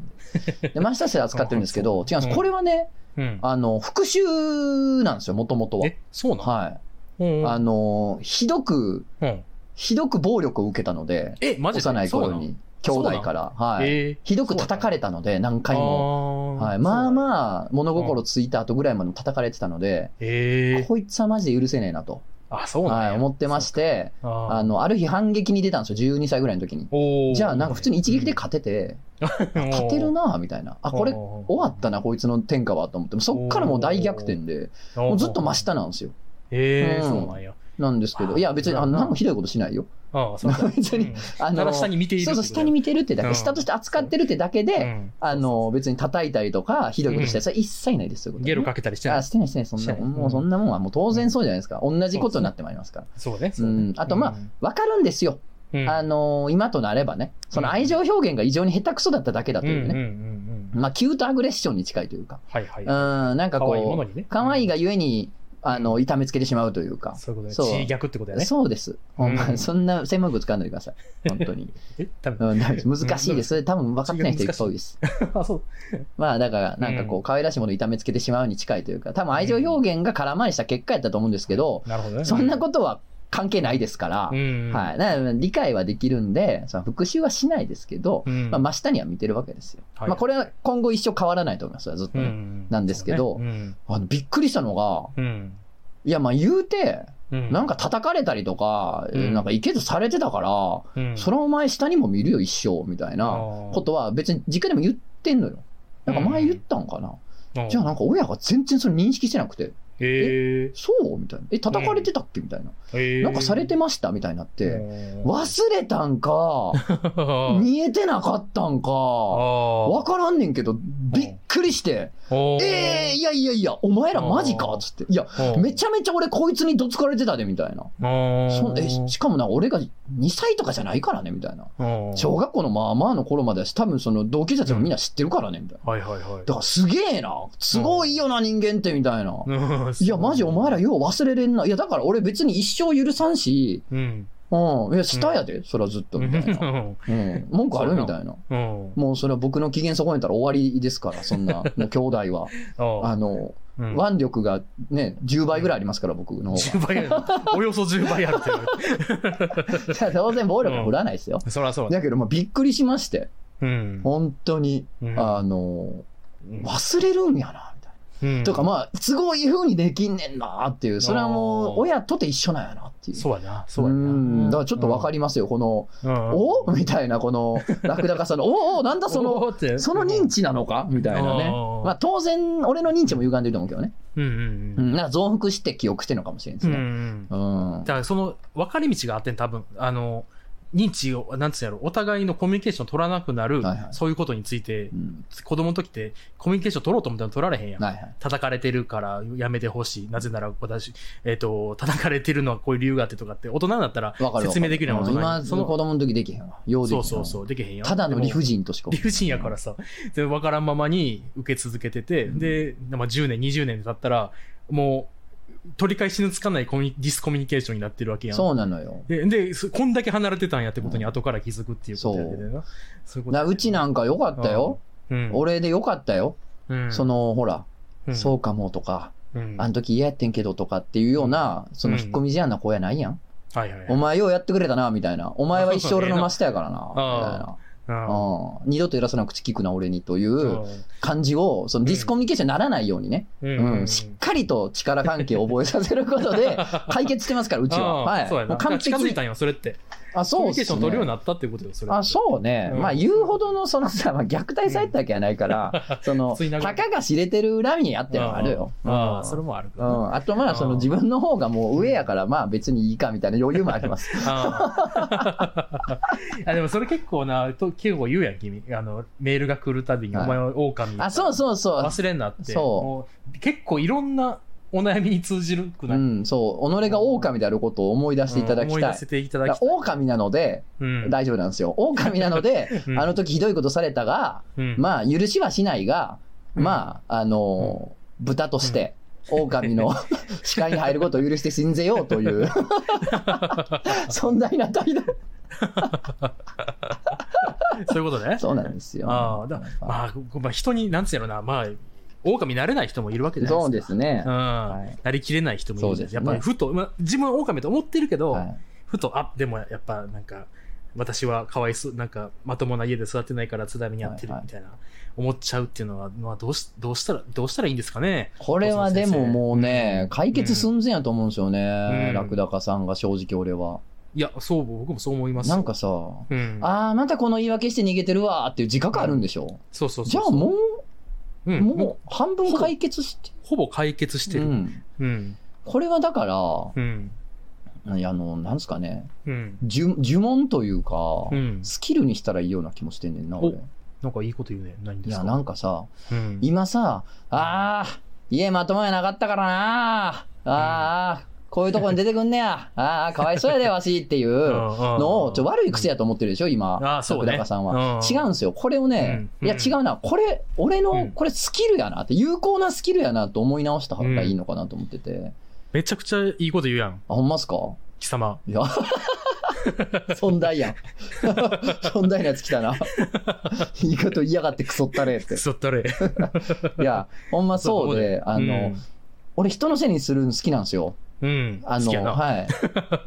S1: で。で、真下で扱ってるんです けど、違うんです。
S2: うん
S1: これはね、
S2: うん
S1: あの、復讐なんですよ、もともとは。
S2: えそうなん
S1: は
S2: うんう
S1: い。
S2: ん
S1: あの、ひどく、
S2: うん
S1: ひどく暴力を受けたので、
S2: えマジで
S1: 幼い頃に、兄
S2: そうなん
S1: 弟から、
S2: そうなん
S1: はい。
S2: えー
S1: ひどく叩かれたので、何回も。
S2: あー
S1: はい、まあまあ、物心ついた後ぐらいまでも叩かれてたので、
S2: ええ
S1: こいつはマジで許せねえなと、
S2: あそうなん
S1: はい、
S2: や
S1: 思ってまして、
S2: あ
S1: あの、ある日反撃に出たんですよ、12歳ぐらいの時に。
S2: の
S1: じゃあ、なんか普通に一撃で勝てて、勝
S2: 勝
S1: てるなぁみたいな。あ、これ、終
S2: 終
S1: わったな、こいつの天下はと思って、そっからもう大逆転で、もうずっと真下なんですよ。
S2: へえ
S1: うん
S2: そうなんや
S1: なんですけ
S2: あ
S1: ど、
S2: ー
S1: いや別にあ
S2: うん
S1: 何もひどいことしないよ。
S2: ああ、そうか。
S1: 別に
S2: うん
S1: あ
S2: た
S1: の
S2: だ下に見ているって
S1: そ
S2: こ
S1: う
S2: と
S1: そう、
S2: だ
S1: 下に見てるってだけ、
S2: うん
S1: 下として扱ってるってだけで、
S2: うん
S1: あの、別に叩いたりとか、ひどいことしたり、それ一切ないですよ、
S2: ゲロかけたりしてな
S1: あ、
S2: い。
S1: してないしてない、そん
S2: して
S1: な、
S2: ない
S1: もうそんなもんは、もう当然そうじゃないですか。同じことになってまいりますから。
S2: そうね。
S1: う
S2: そね
S1: ん。あと、まあ、わかるんですよ。
S2: うん、うん
S1: あの、今となればね、その愛情表現が異常に下手くそだっただけだと
S2: うんうん
S1: いううん
S2: う
S1: ね。
S2: ん。
S1: まあ、キュートアグレッションに近いというか。
S2: はいは
S1: う
S2: い。
S1: ん、なんか
S2: 可愛いもの
S1: こ
S2: にね。
S1: う、可愛いがゆえに、あの、痛めつけてしまうというか。
S2: そういうことね。
S1: そう
S2: 地逆ってことだよね。
S1: そうです。ほんま
S2: うん
S1: そんな専門用語使わないでください。本当に。
S2: え多分。
S1: うん、大丈夫難しいです。多分分かってない人いるそうです。
S2: あ、そう。
S1: まあだから、なんかこ
S2: う
S1: う、可愛らしいものを痛めつけてしまうに近いというか、多分愛情表現が空回りした結果やったと思うんですけど、
S2: なるほどね。
S1: そんなことは関係ないですから、
S2: と。うん。
S1: はい。だから理解はできるんで、その復習はしないですけど、
S2: うん
S1: まあ真下には見てるわけですよ。
S2: はい
S1: まあこれは今後一生変わらないと思います。それはずっと
S2: う
S1: ね。
S2: ん。
S1: なんですけど
S2: そうね
S1: あのびっくりしたのが、
S2: うん。
S1: いやまあ言うて、
S2: うん。
S1: なんか、叩かれたりとか、
S2: うん
S1: なんかいけずされてたから、
S2: うん。
S1: それお前下にも見るよ一生、みたいなこ
S2: こと
S1: は別に実家でも言ってんのよ。なんか前言ったんかな、
S2: と
S1: じゃあなんか親が全然それ認識してなくて、
S2: え
S1: そうみたいな。え、叩かれてたっけみたいな。
S2: え
S1: なんかされてましたみたいになって、忘れたんか、
S2: わ
S1: 見えてなかったんか、わからんねんけど、びっくりして、えー、いやいやいや、お前らマジか
S2: あー
S1: つって。いや、
S2: え
S1: めちゃめちゃ俺こいつにどつかれてたで、みたいな。
S2: ゃ
S1: そんえしかもな、俺が2歳とかじゃないからね、みたいな。小学校のまあまあの頃までだし、多分その同級生たちもみんな知ってるからね、みたいな。
S2: はいはいはい
S1: だからすげえな、すごいよな、人間って、みたいな。
S2: うん
S1: いや、マジお前らよう忘れれんな。いや、だから俺別に一生許さんし、
S2: うん
S1: うん、いや、下やで、それはずっと、みたい な。うん、文句ある
S2: そうや
S1: み
S2: な
S1: たいな。
S2: うん
S1: もうそれは僕の機嫌損ねたら終わりですから、そんな、もう兄弟 は。あの、
S2: うん
S1: 腕力がね、10倍ぐらいありますから、僕の方
S2: 10倍 あるおよそ10倍あるって言われ
S1: が。じゃあ当然暴力は振らないですよ。
S2: てそらそうだ
S1: だけど、まあ、びっくりしまして、
S2: うん
S1: 本当に、
S2: うん
S1: あの、
S2: うん
S1: 忘れるんやな、みたい
S2: うん
S1: な。とか、まあ、すごい風にできんねんな、っていう。それはもう、親とて一緒なんやな、っていう。
S2: そうやな
S1: う
S2: そうや
S1: ん、
S2: な
S1: だからちょっとわかりますよ、この、
S2: うん
S1: おみたいな、この、ラクダカさん の、おおなんだその、
S2: おーって
S1: その認知なのかみたいなね
S2: あー。
S1: まあ当然、俺の認知も歪んでると思うけどね。
S2: うんう
S1: うんん、なんか増幅して記憶してるのかもしれないで
S2: う
S1: す
S2: ん
S1: ね。
S2: うん
S1: うん。
S2: だからその分かれ道があってん多分あの認知をなんつうんやろお互いのコミュニケーション取らなくなる、
S1: はいはい
S2: そういうことについて
S1: うん
S2: 子供の時ってコミュニケーション取ろうと思ったら取られへんやん、
S1: はいはい。
S2: 叩かれてるからやめてほしい。なぜなら私、えっ、と、叩かれてるのはこういう理由があってとかって、大人になったら
S1: わかる。
S2: 説明できる
S1: の
S2: のは大人
S1: 今、
S2: に。
S1: 子
S2: その
S1: 供の時できへんわ。ようできへ
S2: そ
S1: ん
S2: う
S1: わ
S2: そうそう、できへんやん。
S1: ただの理不
S2: で
S1: 尽としか
S2: も。理不尽やからさ、で分からんままに受け続けてて、
S1: うん
S2: で、まあ、10年、20年経ったら、もう、取り返しのつかないコミュニディスコミュニケーションになってるわけやん。
S1: そうなのよ。
S2: で、で、そこんだけ離れてたんやってことに後から気づくっていうことやでな。そういうこと
S1: なうちなんか良かったよ。
S2: うん、
S1: 俺で良かったよ。
S2: うん、
S1: その、ほら、
S2: うん、
S1: そうかもとか、
S2: うん、
S1: あの時嫌やってんけどとかっていうような、その引っ込み思案な子やないやん。
S2: はいはいはい。
S1: お前ようやってくれたな、みたいな。お前は一生俺の真下やからな、み
S2: あー
S1: たいな。
S2: あ
S1: うん二度と偉そうな口聞くな、俺にとい
S2: あ
S1: う感じを、そのディスコミュニケーションにならないようにね、
S2: う
S1: うんんしっかりと力関係を覚えさせること で、解決してますから、うちは。
S2: あ
S1: は
S2: あそう
S1: い、
S2: や
S1: も
S2: な。
S1: う完
S2: 近づい
S1: 璧
S2: た。んよ、それって。
S1: あ、
S2: コミュ
S1: そう
S2: ニケー
S1: で
S2: シ
S1: す
S2: ョン取るように
S1: ね。
S2: なったっていうことよ、それって。
S1: あそうね、
S2: うん
S1: まあ言うほどのそのさ、まあ、虐待されたわけじゃないから、その
S2: ついな
S1: た
S2: がら
S1: かが知れてる恨みやってのはあるよ。うん
S2: ああ、それもある。
S1: う
S2: あ
S1: ん、あとまあその自分の方がもう上やからまあ別にいいかみたいな余裕もあります。
S2: あ あでもそれ結構な、と結構言うやん、君。あの、メールが来るたびに、
S1: はい
S2: お前は狼。
S1: あそうそうそう。
S2: 忘れんなって。
S1: そう
S2: もう結構いろんなお悩みに通じるく
S1: う
S2: ない、うん、
S1: ん、そう。己が狼であることを思い出していただき
S2: 思い
S1: たい
S2: 出。せていただ
S1: だ
S2: き
S1: か
S2: たい。
S1: ら狼なので、
S2: うん
S1: 大丈夫なんですよ。狼なので、
S2: うん
S1: あの時ひどいことされたが、
S2: うん
S1: まあ、許しはしないが、
S2: うん
S1: まあ、あのー豚として、狼 の視界に入ることを許して死んぜようという、そんなにな態度。
S2: そういうことね。
S1: そうなんですよ。
S2: ああだまあ、こまあ、人に、なんつうやろな、まあ、狼になれない人もいるわけじゃないですか。
S1: そうですね
S2: うん。。
S1: い
S2: なりきれない人もいる
S1: そうですね
S2: やっぱりふと、まあ、自分は狼と思ってるけど、
S1: はい
S2: ふと、あ、でもやっぱなんか、私はかわいそう、なんか、まともな家で育てないから津波にやってる
S1: はいはい
S2: みたいな、思っちゃうっていうのは、まあ、どうし、どうしたら、どうしたらいいんですかね。
S1: これはでももうね、解決寸前やと思うんですよ
S2: う
S1: ね
S2: ん。
S1: ラクダカさんが正直俺は。
S2: いや、そう、僕もそう思います。
S1: なん、かさ、
S2: うん。
S1: ああ、またこの言い訳して逃げてるわーっていう自覚あるんでしょ
S2: そうそうそう。
S1: じゃあも
S2: う
S1: う、
S2: ん、もう、
S1: もう半分解決して
S2: ほぼ解決して
S1: う
S2: る。
S1: ん
S2: うん。
S1: これはだから、
S2: うん。
S1: いやあの、なんですかね、
S2: うん。
S1: 呪呪文というか、
S2: うん。
S1: スキルにしたらいいような気もしてんねんな、俺。
S2: なんかいいこと言うね。ないん
S1: い
S2: です
S1: や、
S2: か
S1: なんかさ、
S2: うん。
S1: 今さ、ああ、家まともやなかったからなああー、こういうとこに出てくんねや。ああ、かわいそうやで、わしっていうの
S2: の
S1: を、ちょ悪い癖やと思ってるでしょ、今、
S2: あーそうね
S1: 高さん
S2: うん
S1: は。違うんですよ。これをね、
S2: うん
S1: いや、違うな。これ、俺
S2: うん
S1: の、これスキルやなって、有効なスキルやなと思い直した方がいいのかなと思ってて。あ、
S2: めちゃくちゃいいこと言うやん、
S1: ほんまっすか
S2: 貴様。
S1: いや、存在 やん。存在のやつ来たな。 言い方言いやがってクソったれって。
S2: そったれ。
S1: いや、ほんまそうで、あの、
S2: うん、
S1: 俺人のせいにするの好きなんですよ。
S2: うん。
S1: あ
S2: 好きや
S1: の、
S2: な。
S1: はい。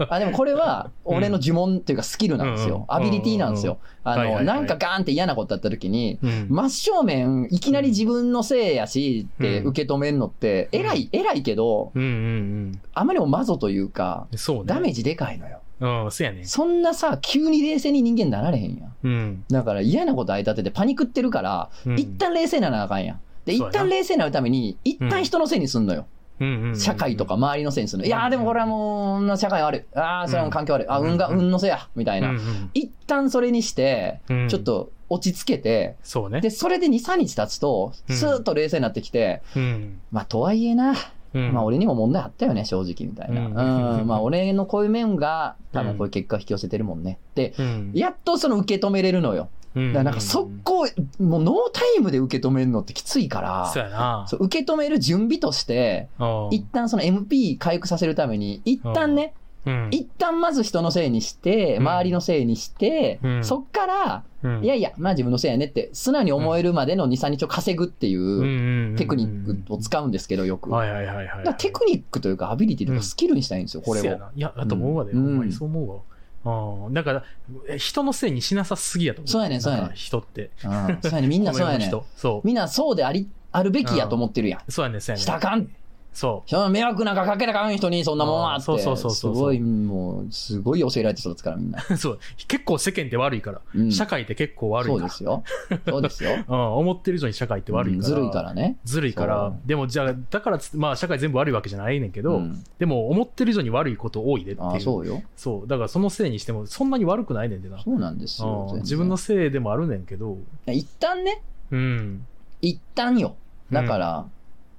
S1: あ、でもこれは
S2: うん
S1: 俺の呪文っていうかスキルなんです
S2: うんうん
S1: よ。アビリティなんですよ。あ
S2: はいはいは
S1: の、
S2: い
S1: なんかガーンって嫌なことあった時に、
S2: うん
S1: 真正面、いきなり自分のせいやしって
S2: うん
S1: 受け止めんのって、
S2: うん
S1: 偉い、偉いけど、
S2: うんうん
S1: あまりにもマゾというか、
S2: うん。そうね。
S1: ダメージでかいのよ。
S2: うん、そうやね。
S1: そんなさ、急に冷静に人間なられへんやん。
S2: うん。
S1: だから嫌なこと相立ててパニクってるから、
S2: うん
S1: 一、旦冷静にならなあかんやん。で、
S2: そうや
S1: 一
S2: な
S1: 旦冷静になるために、一旦人のせいにすんのよ。
S2: うんうんうん
S1: 社会とか。周りのせいにするの。いやーでもこれはもう、社会悪い。ああ、それはもう環境悪い。あ、運が、
S2: うん
S1: 運のせいや。みた
S2: う
S1: い
S2: んう
S1: な。
S2: ん
S1: 一旦それにして、
S2: うん
S1: ちょっ。と落ち着けて、
S2: そう ね。
S1: で、それで2、3日経つと、
S2: うん
S1: スーッと冷静になってきて、
S2: うん。
S1: まあ、とはいえな、
S2: うん
S1: まあ、俺にも問題あったよね、正直、みたいな。
S2: うん
S1: うん、まあ、俺のこういう面が、多分こういう結果を引き寄せてるもんね。で、
S2: うん、
S1: やっとその受け止めれるのよ。
S2: うん、
S1: だからなんか速攻、もうノータイムで受け止めるのってきついか
S2: そう
S1: ら、
S2: やな。
S1: そう受け止める準備として、
S2: うん
S1: 一旦その MP 回復させるために、一旦ね、
S2: うん
S1: 一旦まず人のせいにして、
S2: うん
S1: 周りのせいにして、
S2: うん
S1: そっから、
S2: うん
S1: いやいや、まあ自分のせいやねって、素直に思えるまでの2、3日を稼ぐってい
S2: うん
S1: う
S2: うんうん
S1: テクニックを使うんですけど、よく。だか
S2: はいはいはいはい。
S1: らテクニックというか、アビリティという
S2: うん
S1: か、スキルにしたいんですよ、これ
S2: そうや
S1: を。
S2: な。いや、だと思うわで、
S1: うん
S2: ほんまにそう思うわ。ああ、だから、え人のせいにしなさすぎやと思う。
S1: そうやねんそうやねん
S2: なんか人って。
S1: うんそうやね、みん なそうやね
S2: この世の。人そ
S1: みんなそうであり、あるべきやと思ってるやん。
S2: う。そうやねんそうやねん
S1: したらあかん。
S2: そ
S1: その迷惑なんかかけたらあかん人にそんなもんは
S2: あ
S1: って。
S2: そうそうそう
S1: す
S2: そう
S1: ごい、もう、すごい教えられてそうですから、みんな。
S2: う。 そう。結構世間って悪いから。
S1: うん
S2: 社会って結構悪い
S1: そ
S2: か
S1: う
S2: ら。
S1: ですよ。そうですよ。
S2: うん、思ってる以上に社会って悪いから。
S1: ずるいか。らね。
S2: ずるいか
S1: そ
S2: ら
S1: う。
S2: でも、じゃあ、だからつ、まあ、社会全部悪いわけじゃないねんけど、
S1: うん
S2: でも、思ってる以上に悪いこと多いでっていう。
S1: ああ、そうよ。
S2: そう。だから、そのせいにしても、そんなに悪くないねんでな。
S1: そうなんですよ。
S2: うん
S1: 全然
S2: 自分のせいでもあるねんけど、
S1: 一旦ね、
S2: うん。
S1: 一旦よ。だから、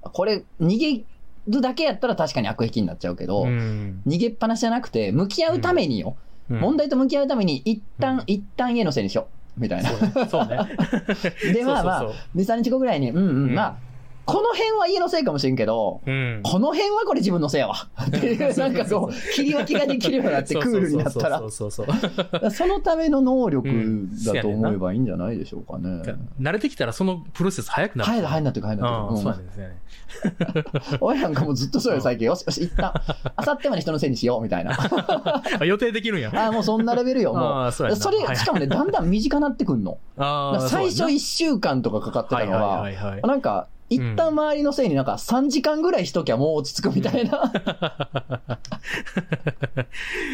S1: これ、逃げるだけやったら確かに悪癖になっちゃうけど、
S2: うん、
S1: 逃げっぱなしじゃなくて、向き合うためによ。
S2: うん
S1: 問題と向き合うために、一旦、
S2: うん
S1: 一旦家のせいにしよう。みたいな。
S2: そうね。
S1: で、まあまあ
S2: そう、そう
S1: 2、3日後ぐらいに、うんうん、
S2: うん
S1: まあ、この辺は家のせいかもしれんけど、
S2: そううん。
S1: この辺はこれ自分のせ いやわ。っていう、なんかこう、切り分けができるようになって、クールになったら
S2: そ。うそうそうそうそうそう
S1: そのための能力
S2: うん
S1: だと思えばいいんじゃないでしょうかね。
S2: 慣れてきたらそのプロセス早くなる。
S1: 入る入るなってくる入るな
S2: うん、そう
S1: って
S2: なんですよね。
S1: くる。俺なんかもうずっとそうよ、最近。よし、よし、一 旦、あさってまで人のせいにしよう、みたいな。あ
S2: あ予定できるんや。
S1: ーもうそんなレベル よ、も
S2: ああ、そうや
S1: う。
S2: な
S1: それ、しかもね、だんだん短くなってくんの。
S2: ああ
S1: 最
S2: そう
S1: 初
S2: や
S1: 1週間とかかかって
S2: な
S1: たの
S2: は
S1: は、
S2: いはいはい
S1: なんか、一旦周りのせいになんか3時間ぐらいしときゃもう落ち着くみたいな。
S2: は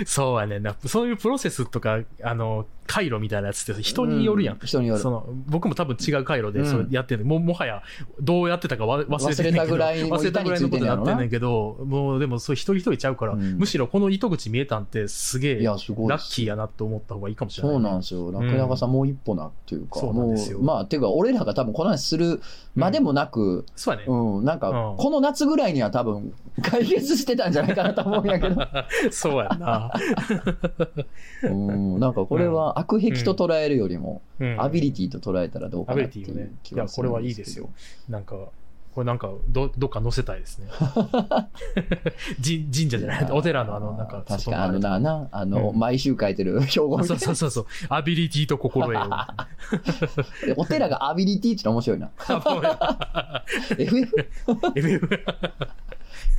S2: い。そうやねんな。そういうプロセスとか、あの、回路みたいなやつって 人によるやん
S1: う。人による
S2: そ。の僕も多分違う回路でそれやってる、ももはやどうやってたかわ忘れてんねんけ
S1: 忘れた
S2: ど
S1: ぐらい
S2: 忘れたぐらいのことになってんねんけどもうでもそれ一人一人ちゃうから、
S1: うん
S2: むしろこの糸口見えたんってすげえ
S1: い
S2: ラ
S1: や、すごいで
S2: ッ
S1: す。
S2: キーやなと思った方がいいかもしれない
S1: そうなんですよ。楽長さんもう一歩なっていうか、
S2: そうなん
S1: も
S2: ですよ
S1: う、まあ、ていうか、俺らが多分この話するまでもなく、
S2: そうやね、
S1: うん、なんか、
S2: うん
S1: この夏ぐらいには多分、解決してたんじゃないかなと思うんやけど、
S2: そうや な、
S1: うん、なんかこれは悪癖と捉えるよりも、
S2: うん
S1: アビリティと捉えたらどうか
S2: ア
S1: な
S2: ビ
S1: っ
S2: リ
S1: て
S2: テ
S1: い
S2: ィをね
S1: う気
S2: いや
S1: が
S2: こ
S1: す
S2: れ
S1: るん
S2: はいい
S1: です
S2: で
S1: けど。
S2: すよなんかこれなんかどどっか載せたいですね じ神社じゃないお寺のあのなんか
S1: 確か
S2: 外の
S1: あのな、な、あの、
S2: うん
S1: 毎週書いてる標語みた
S2: そ
S1: いう
S2: そうそうそうアビリティと心 得を
S1: な。お寺がアビリティっての面白 いな。FF?
S2: FF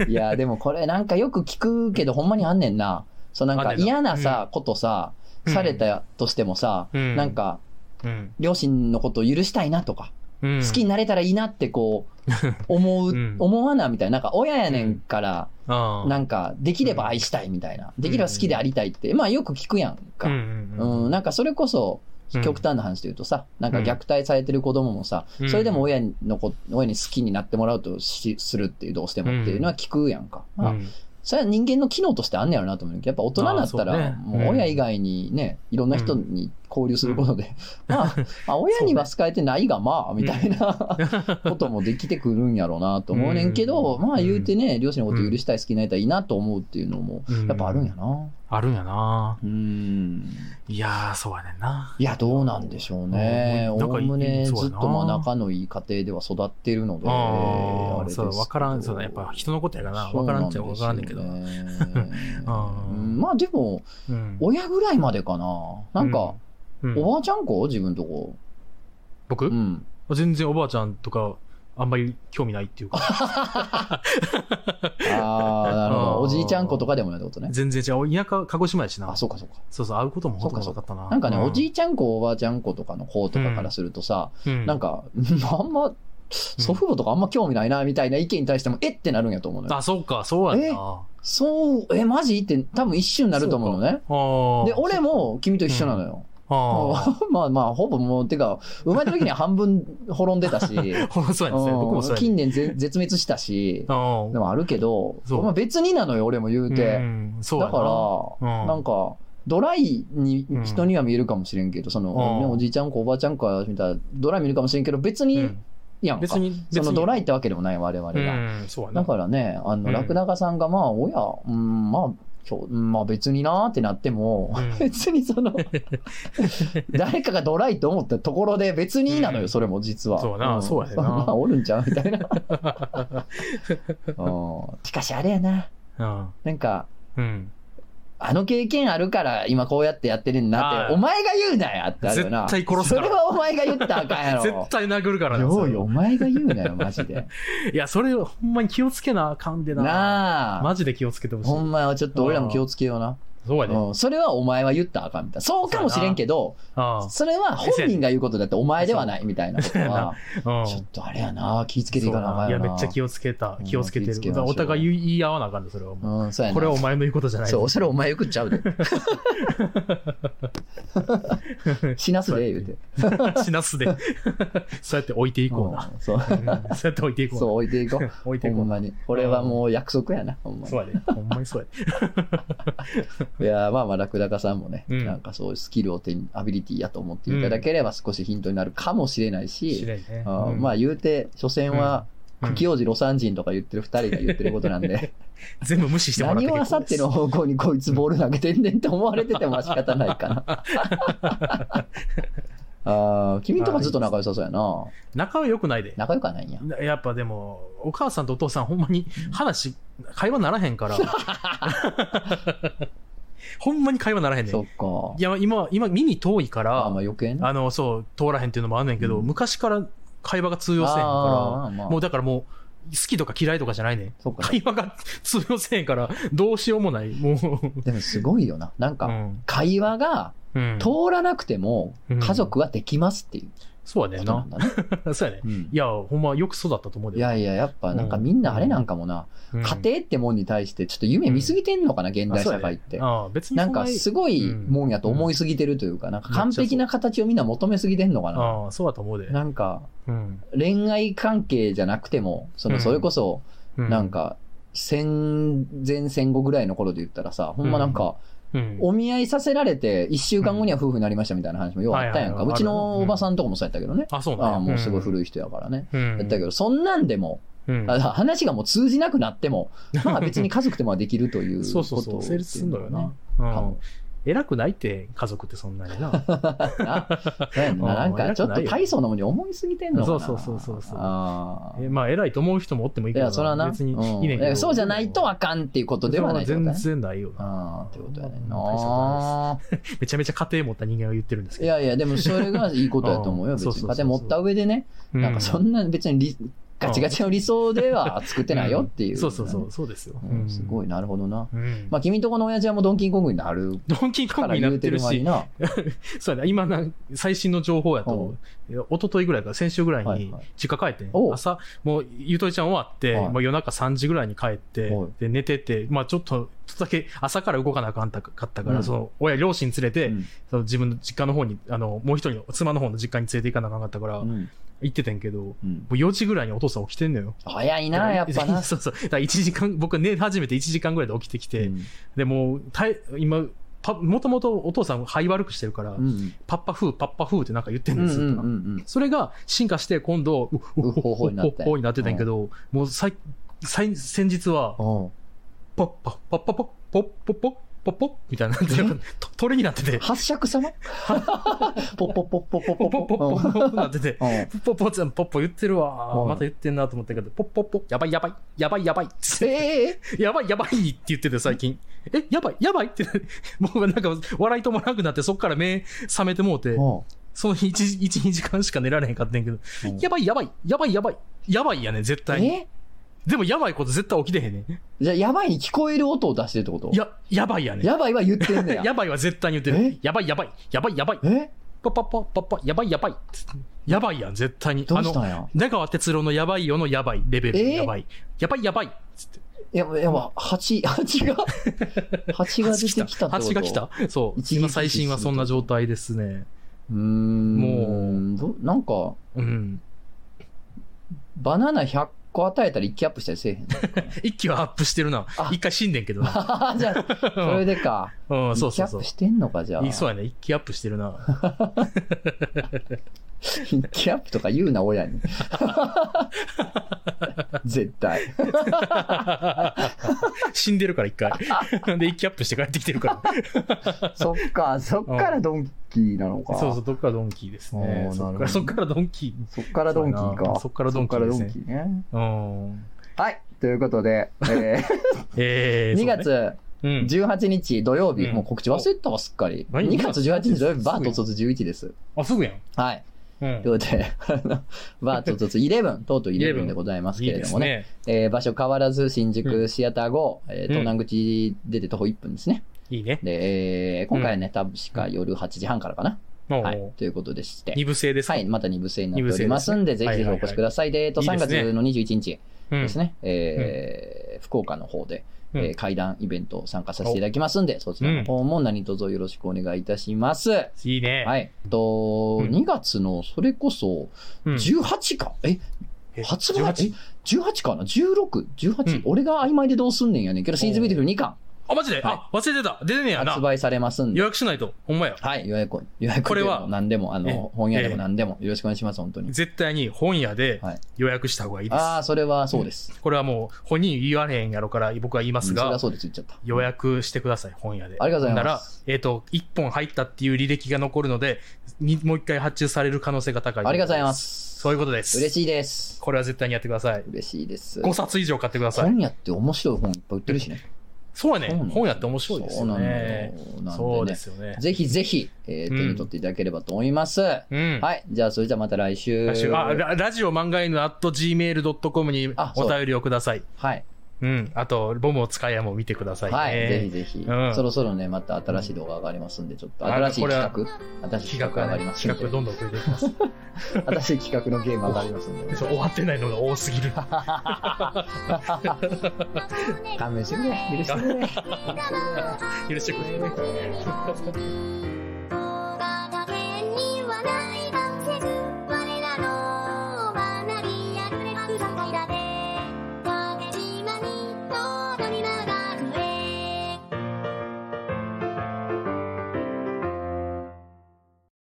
S1: いや、でもこれなんかよく聞くけど、ほんまにあんねんな。そうなん
S2: あ
S1: か
S2: んねんな
S1: 嫌なさ、ことさ、
S2: うん
S1: されたとしてもさ、
S2: うん
S1: なんか、
S2: うん
S1: 両親のことを許したいなとか、
S2: うん
S1: 好きになれたらいいなってこ う、思う、
S2: うん
S1: 思わなみたいな、なんか親やねんから、
S2: ああ
S1: なんかできれば愛したいみたいな、できれば好きでありたいって、まあよく聞くやん
S2: うん
S1: か。
S2: う
S1: うん
S2: ん、
S1: なんかそれこそ、
S2: うん
S1: 極端な話で言うとさ、なんか虐待されてる子供もさ、
S2: うん
S1: それでも親のこ親に好きになってもらうとしするっていう、どうしてもっていうのは聞くやんか。まあ
S2: うん
S1: それは人間の機能としてあんねやろなと思うけど、やっぱ大人になった
S2: ああ
S1: ら、
S2: そうね
S1: もう親以外にね、いろんな人に交流することで、ま あ、まあ親には好かれてないが、まあ、みたいなこともできてくるんやろうなと思うねんけど、
S2: うん
S1: まあ言うてね、両親のこと許したい、好きになりたい、いいなと思うっていうのも、 やっぱあるんやな。
S2: あるんやな。
S1: うん。
S2: いやー、そうやねんな。
S1: いや、どうなんでしょうね。
S2: うんなん
S1: お
S2: か
S1: おむねずっ
S2: そうやな
S1: とまあ仲のいい家庭では育ってるので、
S2: あ
S1: あれ
S2: あ、
S1: ですけ
S2: そ
S1: ど
S2: う、わからん、そうだ、やっぱ人のことやからな。わからんっちゃわからんねんけど。
S1: そうなんですよね
S2: あ ー
S1: うんまあでも、
S2: うん
S1: 親ぐらいまでかな。なんか、、
S2: うんうん
S1: おばあちゃん子自分とこ。
S2: 僕
S1: うん。
S2: 全然おばあちゃんとか、あんまり興味ないっていうか、
S1: ああ、なるほ
S2: あー
S1: ど。おじいちゃん子とかでもないってことね。
S2: 全然違う。田舎、鹿児島やしな。
S1: あ、そうかそうか。
S2: そうそう、会うこともほとんどなかったな。
S1: なんかね、
S2: う
S1: おじいちゃん子、おばあちゃん子とかの子とかからするとさ、
S2: うん
S1: なんか、 あんま、祖父母とかあんま興味ないな、みたいな意見に対しても、えってなるんやと思うのよ。
S2: あ、そうか、そうやんな。あ
S1: そう、え、マジって多分一瞬なると思うのね。
S2: あ。
S1: で、俺も君と一緒なのよ。
S2: あ
S1: まあまあ、ほぼもう、てか、生まれた時には半分滅んでたし、
S2: あ。ほんま そうやねん。僕もそ
S1: うん
S2: うやねん。
S1: 近年ぜ絶滅したし、
S2: あ
S1: でもあるけど、
S2: そう
S1: まあ別になのよ、俺も言
S2: あ。
S1: う
S2: う
S1: て。
S2: ん、そうや
S1: だ
S2: な。
S1: から、
S2: うん
S1: なんか、ドライに
S2: うん
S1: 人には見えるかもしれんけど、その、
S2: うん
S1: ねおじいちゃんかおばあちゃんかみたいな、ドライ見るかもしれんけど、別
S2: う
S1: に
S2: ん
S1: やんか。
S2: 別に、
S1: そのドライ
S2: イ
S1: ってわけでもない、我々
S2: う
S1: が。
S2: ん、そうやな。
S1: だからね、あ
S2: う
S1: の、
S2: ん
S1: ラクダガさんが、まあ、親、うん、まあ、今日うんまあ別になーってなっても、
S2: う ん
S1: 別に その、誰かがドライと思ったところで別になの
S2: うん
S1: よ、それも実は。
S2: そうやなんそうやな
S1: まあ、おるんちゃうみたいな。うんしかしあれやな、
S2: うん。
S1: なんか、
S2: うん。
S1: あの経験あるから今こうやってやってるんだっ
S2: あー
S1: て、お前が言うなやってあるよな。
S2: 絶対殺
S1: そ
S2: すから
S1: れはお前が言ったらあかんやろ。
S2: 絶対殴るからな
S1: よ
S2: そうれ
S1: よ、お前が言うなよ、マジ で。
S2: いや、それほんまに気をつけなあかんでな。
S1: なあ。
S2: マジで気をつけてほしい
S1: ほ。んまはちょっと俺らも気をつけような。
S2: そうやで。
S1: うん、それはお前は言ったらあかんみたいな。そうかもしれんけど、
S2: ああ
S1: それは本人が言うことだってお前ではないみたいなこと
S2: そうや
S1: は、
S2: うん
S1: ちょっとあれやな、気ぃつけていかなあかん
S2: いや、
S1: よな。
S2: めっちゃ気をつけた
S1: う。ん
S2: 気をつけて
S1: 気をつけ
S2: る。
S1: ましょう
S2: お互い言い言い合わなあかんで、それはも
S1: うん、そうやな。
S2: う。これはお前の言うことじゃない。
S1: そう、それお前よくっちゃうで。死なすで、言うて。
S2: 死なすで。 そうやって置いていこうな。
S1: うんそう。
S2: うんそうやって置いていこう
S1: そう、置いていこ。
S2: な。置いうてい
S1: ほ
S2: こうんな。
S1: まに。これはもう約束やな、ほんまに。
S2: そうやで。ほんまにそうやで。
S1: いやーまあまあ、ラクダカさんもね、
S2: うん
S1: なんかそういうスキルを手に、アビリティやと思っていただければ少しヒントになるかもしれない
S2: 知
S1: し、
S2: れんね。
S1: あー
S2: うん
S1: まあ言うて、所詮は、
S2: うん
S1: 茎王子、魯山人とか言ってる二人が言ってることなんで、
S2: 全部無 視してもらって
S1: 何をあ
S2: 結
S1: さ
S2: 構
S1: っ
S2: で
S1: て
S2: す
S1: の方向にこいつボール投げてんねんって思われてても仕方ないかな。 あー君んとかずっと仲良さそうやな。
S2: 仲は良くないで。
S1: 仲良かないんや。
S2: なやっぱでも、お母さんとお父さんほんまに話、会話ならへ んから。ほんまに会話ならへんねん。
S1: そっ
S2: い
S1: か。
S2: や、今、今、耳遠いか
S1: あー
S2: ら
S1: まあ、余計な。
S2: あの、そう、通らへんっていうのもあんねんけど、
S1: うん
S2: 昔から会話が通用せえへんか
S1: あーま
S2: ら、
S1: あ
S2: もうだからもう、好きとか嫌いとかじゃないねん。
S1: そっか。
S2: 会話が通用せえへんから、どうしようもない。もう、
S1: でもすごいよな。なん
S2: う
S1: か、
S2: ん。
S1: 会話が
S2: うん
S1: 通らなくても
S2: うん
S1: 家族はできますっていう
S2: そうやね
S1: こ
S2: ん
S1: とな。
S2: なん
S1: だね。
S2: そうやねん。
S1: うん
S2: いや、ほんまよく育ったと思うで。
S1: いやいや、やっぱなんかみんなあれなんかもな、
S2: うん、
S1: 家庭ってもんに対してちょっと夢見すぎてんのかな、現代社会って。
S2: ああ、別に
S1: な
S2: そ
S1: ん
S2: な
S1: か
S2: に
S1: すごいもんやと思いすぎてるというか、なんか完璧な形をみんな求めすぎてんのかな。
S2: ああ、そうだと思うで。
S1: なんか
S2: うん。
S1: 恋愛関係じゃなくても、そ
S2: うん
S1: のそれこそ
S2: うん
S1: なん、か戦前戦後ぐらいの頃で言ったらさ、ほんまなんか
S2: うん
S1: お見合いさせられて1週間後には夫婦になりましたみたいな話もようあったやん
S2: は
S1: か。
S2: いはいうはい
S1: ちのおばさんとかもそうやったけどね。
S2: あ、そうなん
S1: あ
S2: や
S1: あ、もうすごい
S2: い。
S1: 古い人やからね。
S2: うん
S1: だったけど、そんなんでも、
S2: うん
S1: あ話がもう通じなくなっても、まあ別に家族でもできるという
S2: そうそう
S1: こ
S2: そう、
S1: と
S2: 成立すんのよな。
S1: か
S2: うん
S1: も。
S2: 偉くないって、家族ってそんなにな。
S1: なそうやねんななんかちょっと大層なものに思いすぎてんのかな。
S2: そうそうそうそうそう
S1: あー
S2: えまあ、偉いと思う人もおってもいい
S1: い
S2: けどな、
S1: や、それはな、
S2: 別に
S1: うん
S2: い
S1: い
S2: いねんけど。
S1: やそうじゃないとあかんっていうことではないってこと
S2: 全
S1: ね。
S2: 然ないよな。
S1: ああ、ってことやねん
S2: 大したこと
S1: な。
S2: めちゃめちゃ家庭持った人間が言ってるんです
S1: い
S2: けど。
S1: やいや、でもそれがいいことやと思うよ、
S2: うん
S1: 別
S2: そうそう
S1: に。家
S2: そうそう
S1: 庭持った上でね、
S2: う
S1: なんかそんな別に理ガチガチの理想では作ってないよっていう。
S2: そうそうそう、そうですよ。
S1: うん。すご
S2: い。
S1: い、なるほどな。
S2: うん
S1: まあ、君とこの親父はもうドンキーコングになる
S2: ドンキーコ
S1: か
S2: ング
S1: ら
S2: にな
S1: 言
S2: っ
S1: う
S2: て
S1: て
S2: る
S1: る間に
S2: し、
S1: な。
S2: そうやな、今な、最新の情報やと
S1: お、
S2: 一昨日ぐらいから、先週ぐらい
S1: はい
S2: に
S1: はい
S2: 実家帰ってん、
S1: お
S2: 朝、もうゆとりちゃん終わって、
S1: はい
S2: もう夜中3時ぐらいに帰って
S1: はい、
S2: で寝てて、まあちょっと、ちょっとだけ朝から動かなあかんかったから、
S1: うん
S2: その親、両親連れて、
S1: うん
S2: その自分の実家の方に、あの、もう一人の妻の方の実家に連れて行かなあかんかったから、
S1: うん
S2: 行ってたんやけど、も
S1: うん
S2: う4時ぐらいにお父さん起きてんのよ。
S1: 早いな、やっぱな。
S2: そうそう。だから1時間、僕は寝始めて1時間ぐらいで起きてきて、でもう、たい今、パもともとお父さん肺悪くしてるか
S1: う
S2: ら、
S1: ん
S2: パッパフー、パッパフーってなんか言ってん
S1: うん
S2: で
S1: ん
S2: すよ、
S1: うんうん
S2: それが進化して今度、う
S1: うほほになって
S2: うほになってたんやけど、もうさい最先日は、
S1: うんうん
S2: ポッパ、ポッパポッ、ポッポッポッ、ポッポッみたいな、なんかと鳥になってて、
S1: 八尺様ポッポッポッポッポッポッ
S2: ポッポッポッポッポッなってて、
S1: うんうん
S2: ポッポッポッポッポ言ってるわ。
S1: うん
S2: また言ってんなと思ったけど、ポッポッポッ、やばいやばい、やばいやばい、
S1: ええ
S2: やばいやばいって言ってて最近。え、やばいやばいって、僕なんか笑い止まらなくなって、そっから目覚めてもうて、その日1、一2時間しか寝られへんかったんやけど、
S1: うん
S2: やばいやばい、やばいやばい、やばいやね、絶対に。
S1: え
S2: でもやばいこと絶対起きてへんね。
S1: じゃあ、やばいに聞こえる音を出してるってこと
S2: や、やばいやね。
S1: やばいは言ってんねや。
S2: やばいは絶対に言ってる
S1: え。
S2: やばいやばい、やばいやばい、
S1: え
S2: パパパパパ、やばいやばい。やばいやん、絶対に。
S1: どうしたんや
S2: 出川哲郎のやばいよのやばい、レベル。
S1: え
S2: やばい。やばいやばい。つって。
S1: いや、いやば、蜂、蜂が、蜂が出てきたってこと
S2: 蜂が来た。そう。
S1: 一撃
S2: 今最新はそんな状態ですね。
S1: うーん。
S2: も
S1: もう、なんか、
S2: うん。
S1: バナナ100個与えたら1キアップしたりせえへ ん。
S2: 一気はアップしてるな
S1: あ。
S2: 一回死んでんけどな。
S1: じゃあ、 それでか。
S2: うん、 そう
S1: 1キ
S2: そ
S1: ア
S2: うそ
S1: ッ
S2: う
S1: プ。してんのか、じゃあ。
S2: いそうやね。一気アップしてるな。
S1: 1キアップとか言うな、親 に。絶対。
S2: 死んでるから一 回。で、一気アップして帰ってきてるから。
S1: そっか、そっからドンキーなのか。
S2: そうそう、どっからドンキーですね
S1: お。ー
S2: そっ
S1: なるほ
S2: か
S1: ど
S2: らそっからドンキ
S1: そっからドンキーか。
S2: そっからドンキーです
S1: そっからド
S2: ね
S1: ンキーね。
S2: ー。うん。
S1: はい。ということで、え
S2: え
S1: ー、
S2: ー、
S1: 2
S2: そう
S1: 月
S2: ね。うん。
S1: 18日土曜日、
S2: うん
S1: もう告知忘れてたわ、すっかり。
S2: 何
S1: 2月18日土曜日、バート卒11です。
S2: あ、すぐやん。
S1: はい。
S2: うん
S1: ということで、あのバート卒11、とうとう11でございますけれどもね。
S2: いいですね。
S1: えー場所変わらず、新
S2: う
S1: 宿シアター5、えー
S2: うん
S1: 東南口出て徒歩1分ですね。
S2: いいね。
S1: で、えー今回はね、確か夜8時半からかな。
S2: もう、
S1: はい。ということでして。
S2: 二部制ですか。
S1: はい、また2部制になっておりますんで、
S2: 二部
S1: ぜ
S2: 制ですね
S1: ひぜひお越しください。で、えっと、
S2: いい
S1: 3
S2: ですね
S1: 月の21日
S2: うん
S1: ですね、えー福岡の方で、
S2: うん
S1: えー会談イベント参加させていただきますんで、そちらの方も何卒よろしくお願いいたします。
S2: いいね。
S1: はい。と、
S2: うん
S1: 2月の、それこそ、
S2: うん
S1: 18か、え、
S2: え
S1: 発売
S2: 18
S1: 18かな ?16、18、
S2: うん
S1: 俺が曖昧でどうすんねんやねんけど、シーズンビートル2巻
S2: あ、マジで、あ、忘れてた。出てねえや
S1: 発
S2: な。
S1: 売されますんで
S2: 予。約しないと。ほんまや。
S1: はい、予約、予約
S2: これは
S1: でも何でも、あの、
S2: え
S1: 本屋でも何でも、よろしくお願いします、本当に。
S2: 絶対に本屋で
S1: はい
S2: 予約した方がいいです。
S1: ああ、それはそうです。
S2: これはもう本人言われへんやろから僕は言いま
S1: う
S2: す
S1: んそれは
S2: が、
S1: そうです、言っちゃった。
S2: 予約してください、本屋で。
S1: ありがとうござい
S2: な
S1: ま
S2: ら
S1: す、
S2: えっ、と、1本入ったっていう履歴が残るので、にもう一回発注される可能性が高い。
S1: ありがとうございま。す。
S2: そういうことです。
S1: 嬉
S2: い。
S1: しいです。
S2: これは絶対にやってください。
S1: 嬉しいです。
S2: 5冊以上買ってください。
S1: 本屋って面白い本いっぱい売ってるしね。
S2: そうやね。
S1: そうなの
S2: 本屋って面白いですよね。
S1: そうなの
S2: そ
S1: よ。な
S2: うんで
S1: です
S2: よね
S1: ね。。ぜひぜひ、えー手に取っていただければと思います。
S2: うん。
S1: はい。じゃあ、それじゃあまた来週。
S2: 来週あララジオ漫画犬 at gmail.com に
S1: あそう
S2: お便りをください。
S1: はい。
S2: うん。あと、ボムを使いやも見てください、ね。
S1: はい、ぜひぜひ、
S2: うん
S1: そろそろね、また新しい動画上がりますんで、ちょっと
S2: あ
S1: 新しい
S2: これは
S1: 企画、新しい企
S2: 企画
S1: 画上
S2: は
S1: が
S2: ね
S1: りま、すん
S2: 企画
S1: で、
S2: どんどん増えていきます。
S1: 新しい企画のゲーム上がりますんで、
S2: そう終わ ってないのが多すぎる。
S1: 勘弁してくれ、許してくれ。
S2: 許してくれ。
S3: 「小型犬にはないが